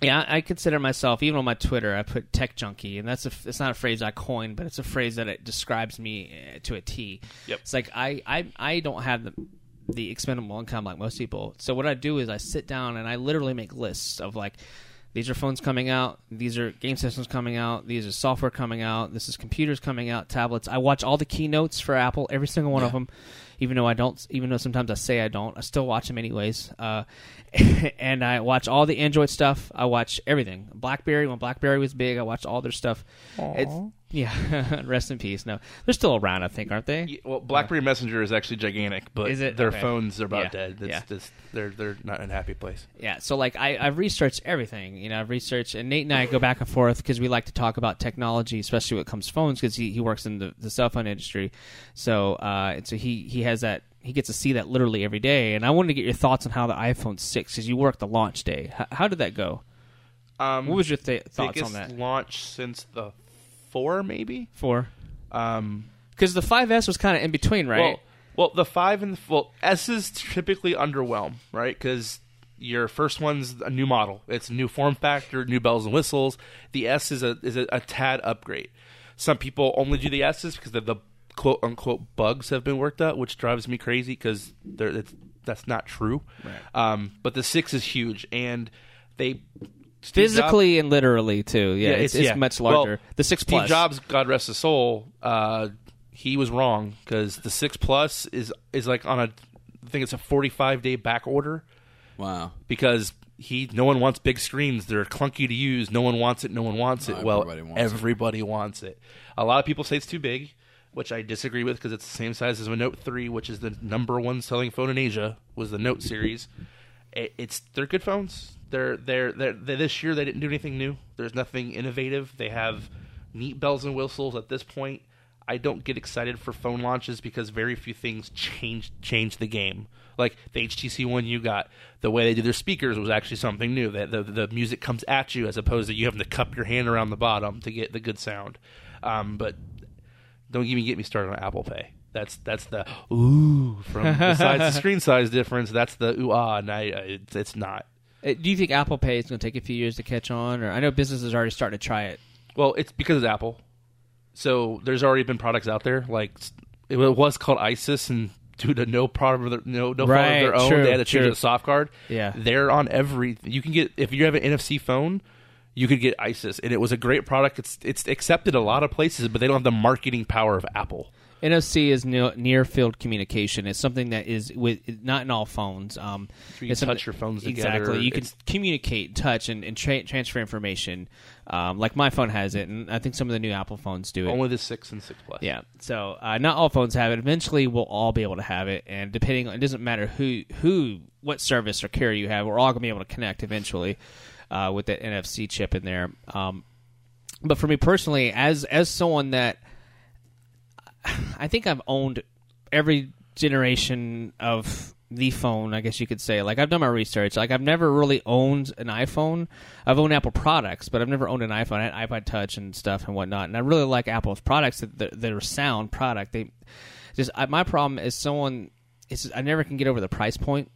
A: Yeah, I- I consider myself even on my Twitter. I put tech junkie, and that's a it's not a phrase I coined, but it's a phrase that it describes me uh, to a T.
C: Yep.
A: It's like I I, I don't have the the expendable income like most people. So what I do is I sit down and I literally make lists of like these are phones coming out, these are game systems coming out, these are software coming out, this is computers coming out, tablets. I watch all the keynotes for Apple, every single one of them, even though I don't, even though sometimes I say I don't, I still watch them anyways. Uh, and I watch all the Android stuff. I watch everything. BlackBerry, when BlackBerry was big, I watched all their stuff. It's, yeah, rest in peace. No, they're still around, I think, aren't they?
C: Yeah, Well, BlackBerry Messenger is actually gigantic, but
A: Is it?
C: their
A: Okay.
C: phones are about
A: Yeah.
C: dead. That's
A: Yeah.
C: just they're they're not in a happy place.
A: Yeah, so like I, I've researched everything. You know, I've researched, and Nate and I go back and forth because we like to talk about technology, especially when it comes to phones, because he, he works in the, the cell phone industry. So, uh, and so he, he has that, he gets to see that literally every day. And I wanted to get your thoughts on how the iPhone 6, because you worked the launch day. H- how did that go?
C: Um,
A: What was your th- thoughts
C: biggest
A: on that?
C: launch since the four maybe?
A: For
C: Um,
A: Because the 5S was kind of in between, right?
C: Well, well, the five and the well S's typically underwhelm, right? Because your first one's a new model, it's a new form factor, new bells and whistles. The S is a is a, a tad upgrade. Some people only do the S's because the, the quote unquote bugs have been worked out, which drives me crazy because that's not true. Um, but the six is huge, and they Steve Jobs-
A: Physically and literally, too. Yeah, it's, it's
C: yeah.
A: much
C: Well,
A: larger. the 6
C: Steve
A: Plus.
C: Jobs, God rest his soul, uh, he was wrong because the six plus is is like on a I think it's a forty five day back order
B: Wow.
C: because he no one wants big screens. They're clunky to use. No one wants it. No one wants it. well,
B: everybody wants it.
C: everybody wants it. A lot of people say it's too big, which I disagree with because it's the same size as a Note three, which is the number one selling phone in Asia. Was the Note series? It, it's they're good phones. They're, they're they're they this year they didn't do anything new. There's nothing innovative. They have neat bells and whistles at this point. I don't get excited for phone launches because very few things change change the game. Like the HTC One you got, the way they did their speakers was actually something new. That the, the music comes at you as opposed to you having to cup your hand around the bottom to get the good sound. Um, but don't even get me started on Apple Pay. That's that's the ooh from besides the screen size difference. That's the ooh ah, and I, I it's, it's not.
A: Uh, Do you think Apple Pay is going to take a few years to catch on? Or I know businesses are already starting to try it.
C: Well, it's because it's Apple. So there's already been products out there. Like it was called ISIS, and due to no product, of their- no no fault of their
A: Right,
C: own,
A: true,
C: they had to change
A: true.
C: it to soft card.
A: Yeah.
C: they're on every. You can get if you have an NFC phone, you could get ISIS, and it was a great product. It's it's accepted a lot of places, but they don't have the marketing power of Apple.
A: NFC is near, near field communication. It's something that is with not in all phones. Um,
C: you
A: it's
C: touch
A: something-
C: your phones together.
A: Exactly, you can
C: It's-
A: communicate, touch, and, and tra- transfer information. Um, like my phone has it, and I think some of the new Apple phones do it.
C: Only the six and six plus.
A: yeah, so uh, not all phones have it. Eventually, we'll all be able to have it, and depending on it doesn't matter who who what service or carrier you have, we're all gonna be able to connect eventually uh, with that NFC chip in there. Um, but for me personally, as as someone that I think I've owned every generation of the phone, I guess you could say. Like I've done my research. Like I've never really owned an iPhone. I've owned Apple products, but I've never owned an iPhone. I had iPod Touch and stuff and whatnot. And I really like Apple's products. that- that- They're sound product. They just I, my problem is someone. It's I never can get over the price point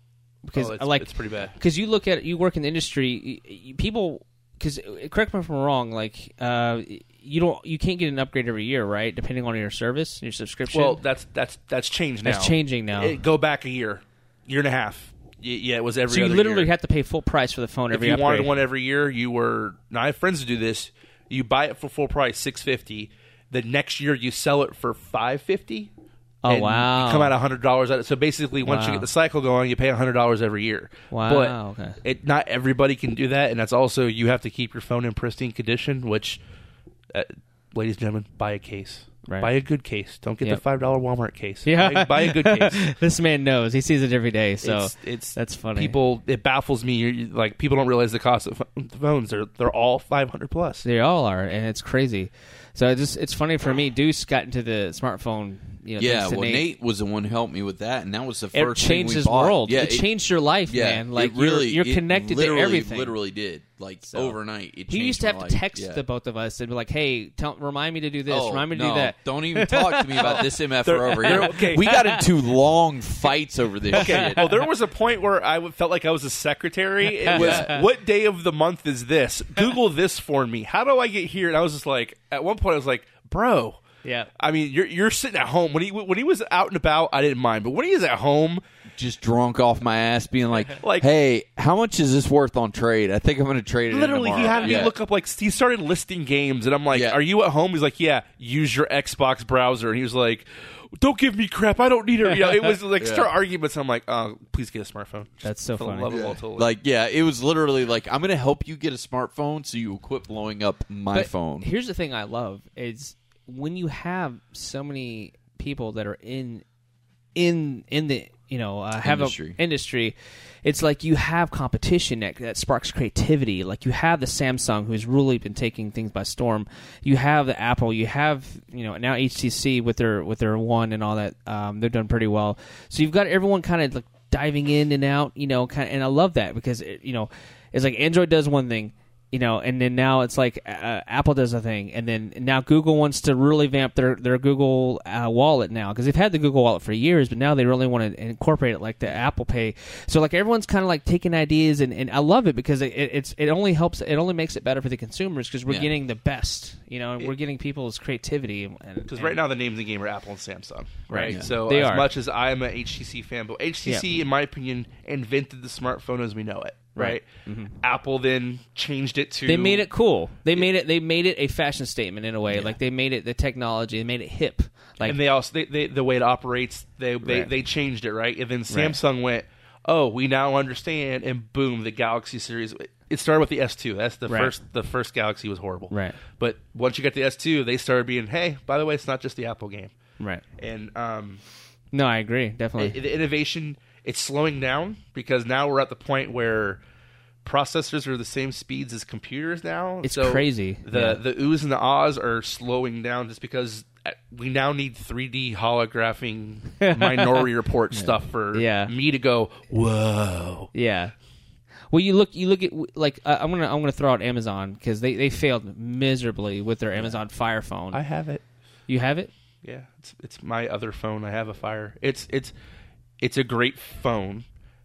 A: because
C: Oh, it's,
A: I like
C: it's pretty bad.
A: because you look at you work in the industry, y- y- people. Because correct me if I'm wrong. Like uh, you don't you can't get an upgrade every year, right? Depending on your service, your subscription.
C: Well, that's that's that's changed now.
A: That's changing now.
C: It- go back a year, year and a half. Y- yeah, it was every.
A: so you
C: other
A: literally
C: year.
A: have to pay full price for the phone
C: if
A: every
C: you
A: upgrade.
C: wanted one every year, you were. Now I have friends who do this. You buy it for full price, six fifty. The next year, you sell it for five fifty.
A: Oh, wow.
C: You come out hundred dollars out. So basically, once you
A: Wow.
C: get the cycle going, you pay hundred dollars every year.
A: Wow,
C: But
A: okay.
C: it not everybody can do that, and that's also you have to keep your phone in pristine condition. Which, uh, ladies and gentlemen, buy a case.
A: Right.
C: Buy a good case. Don't get
A: Yep.
C: the five dollar Walmart case.
A: Yeah.
C: Buy, buy a good case.
A: this man knows. He sees it every day. So
C: it's, it's
A: that's funny.
C: People, it baffles me. You're, you- like people don't realize the cost of ph- phones. They're they're all five hundred plus.
A: they all are, and it's crazy. So it's just it's funny for me. Deuce got into the smartphone. You know,
B: Yeah,
A: thanks to
B: well, Nate. was the one who helped me with that, and that was the
A: It
B: first
A: changed
B: thing we
A: his
B: bought.
A: world.
B: Yeah,
A: it, changed your life,
B: yeah,
A: man. Like
B: it really,
A: you're,
B: it
A: you're connected to
B: literally,
A: everything.
B: Literally did like
A: So-
B: overnight. It
A: He used
B: changed
A: to
B: my
A: have to
B: life.
A: text
B: Yeah.
A: the both of us and be like, "Hey, tell, remind me to do this.
B: Oh,
A: remind me to
B: no,
A: do that."
B: Don't even talk to me about this MF over here.
C: they're- okay.
B: We got into long fights over this
C: Okay.
B: shit.
C: well, there was a point where I w- felt like I was a secretary. It was what day of the month is this? Google this for me. How do I get here? And I was just like, at one point, I was like, bro.
A: Yeah.
C: I mean, you're you're sitting at home when he when he was out and about. I didn't mind, but when he is at home,
B: Just drunk off my ass, being like,
C: Like-
B: "Hey, how much is this worth on trade? I think I'm going to trade it." in
C: literally, he
B: tomorrow."
C: had me
B: Yeah.
C: look up like he started listing games, and I'm like,
B: Yeah.
C: "Are you at home?" He's like, "Yeah." Use your Xbox browser, and he was like, "Don't give me crap. I don't need it." You know, it was like start arguments. and I'm like, "Oh, please get a smartphone." Just
A: That's so
C: for the
A: funny.
C: love of all, totally.
B: Like, yeah, it was literally like, I'm going to help you get a smartphone so you will quit blowing up my
A: But
B: phone.
A: Here's the thing I love is when you have so many people that are in in in the you know uh, have
B: Industry.
A: a industry it's like you have competition that, that sparks creativity like you have the samsung who's really been taking things by storm you have the apple you have you know now htc with their with their one and all that um, they've done pretty well so you've got everyone kind of like diving in and out you know kind and i love that because it, you know it's like android does one thing you know, and then now it's like uh, Apple does a thing, and then now Google wants to really vamp their their Google uh, Wallet now because they've had the Google Wallet for years, but now they really want to incorporate it like the Apple Pay. So like everyone's kind of like taking ideas, and, and I love it because it, it, it's it only helps it only makes it better for the consumers because we're
B: Yeah.
A: getting the best, you know, and we're getting people's creativity
C: Because right now the names of the game are Apple and Samsung, right?
A: Yeah.
C: So
A: They
C: as
A: are.
C: much as I'm a HTC fan, but HTC, in my opinion, invented the smartphone as we know it, right? Apple then changed it to
A: Mm-hmm. They made it cool. They made it. They made it a fashion statement in a way. Like they made it the technology. They made it hip. Like
C: and they also they, they the way it operates, they they,
A: Right.
C: they changed it, right? And then Samsung went, oh, we now understand, and boom, the Galaxy series. It started with the S2. That's the
A: Right.
C: first. The first Galaxy was horrible,
A: Right.
C: But once you got the S2, they started being, hey, by the way, it's not just the Apple game,
A: right.
C: and um.
A: No, I agree. Definitely.
C: the innovation it's slowing down because now we're at the point where processors are the same speeds as computers now.
A: It's
C: So
A: crazy.
C: The
A: Yeah.
C: the oohs and the ahs are slowing down just because uh, we now need 3D holographing minority report stuff for
A: Yeah.
C: me to go whoa.
A: Yeah. Well, you look, you look at like uh, I'm gonna I'm gonna throw out Amazon because they they failed miserably with their Amazon Fire phone.
C: I have it.
A: you have it?
C: Yeah, it's it's my other phone. I have a Fire. It's it's it's a great phone.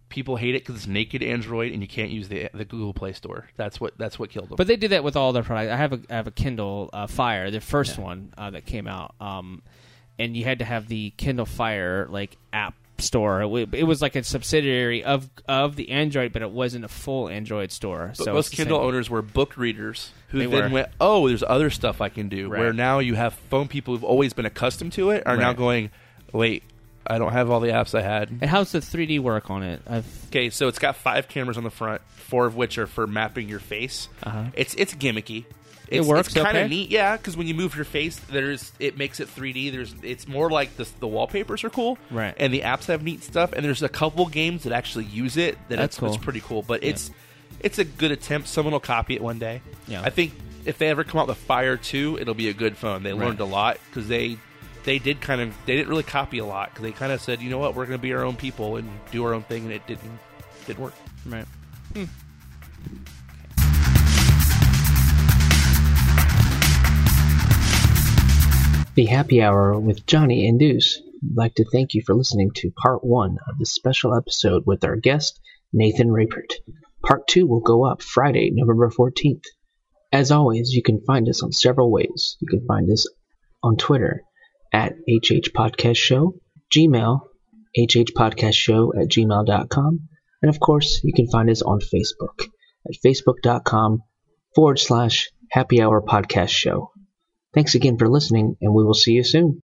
C: People hate it because it's naked Android and you can't use the the Google Play Store. That's what that's what killed them.
A: But they did that with all their products. I have a I have a Kindle uh, Fire, the first one uh, that came out, um, and you had to have the Kindle Fire like app app store. It, wa- it was like a subsidiary of of the Android, but it wasn't a full Android store.
C: But
A: so it's
C: most
A: the
C: Kindle
A: same.
C: owners were book readers who
A: They
C: then
A: were.
C: went, "Oh, there's other stuff I can do."
A: Right.
C: Where now you have phone people who've always been accustomed to it are now
A: Right.
C: going, "Wait, I don't have all the apps I had."
A: And how's the 3D work on it? I've
C: Okay, so it's got five cameras on the front, four of which are for mapping your face.
A: Uh-huh.
C: It's it's gimmicky.
A: It
C: It's,
A: works
C: It's kind of
A: okay?
C: neat, yeah. Because when you move your face, there's it makes it 3D. There's it's more like the the wallpapers are cool,
A: Right.
C: And the apps have neat stuff. And there's a couple games that actually use it. That
A: That's
C: it's, it's
A: cool.
C: pretty cool. But it's it's a good attempt. Someone will copy it one day.
A: Yeah.
C: I think if they ever come out with Fire Two, it'll be a good phone. They learned a lot because they they did kind of they didn't really copy a lot because they kind of said, you know what, we're going to be our own people and do our own thing, and it didn't didn't work.
A: right.
E: The Happy Hour with Johnny and Deuce. I'd like to thank you for listening to part one of this special episode with our guest, Nathan Rapert. Part two will go up Friday, November 14th. As always, you can find us on several ways. You can find us on Twitter at HH Podcast Show, Gmail, hhpodcastshow at gmail.com, and of course, you can find us on Facebook at facebook.com forward slash happy hour podcast show. Thanks again for listening, and we will see you soon.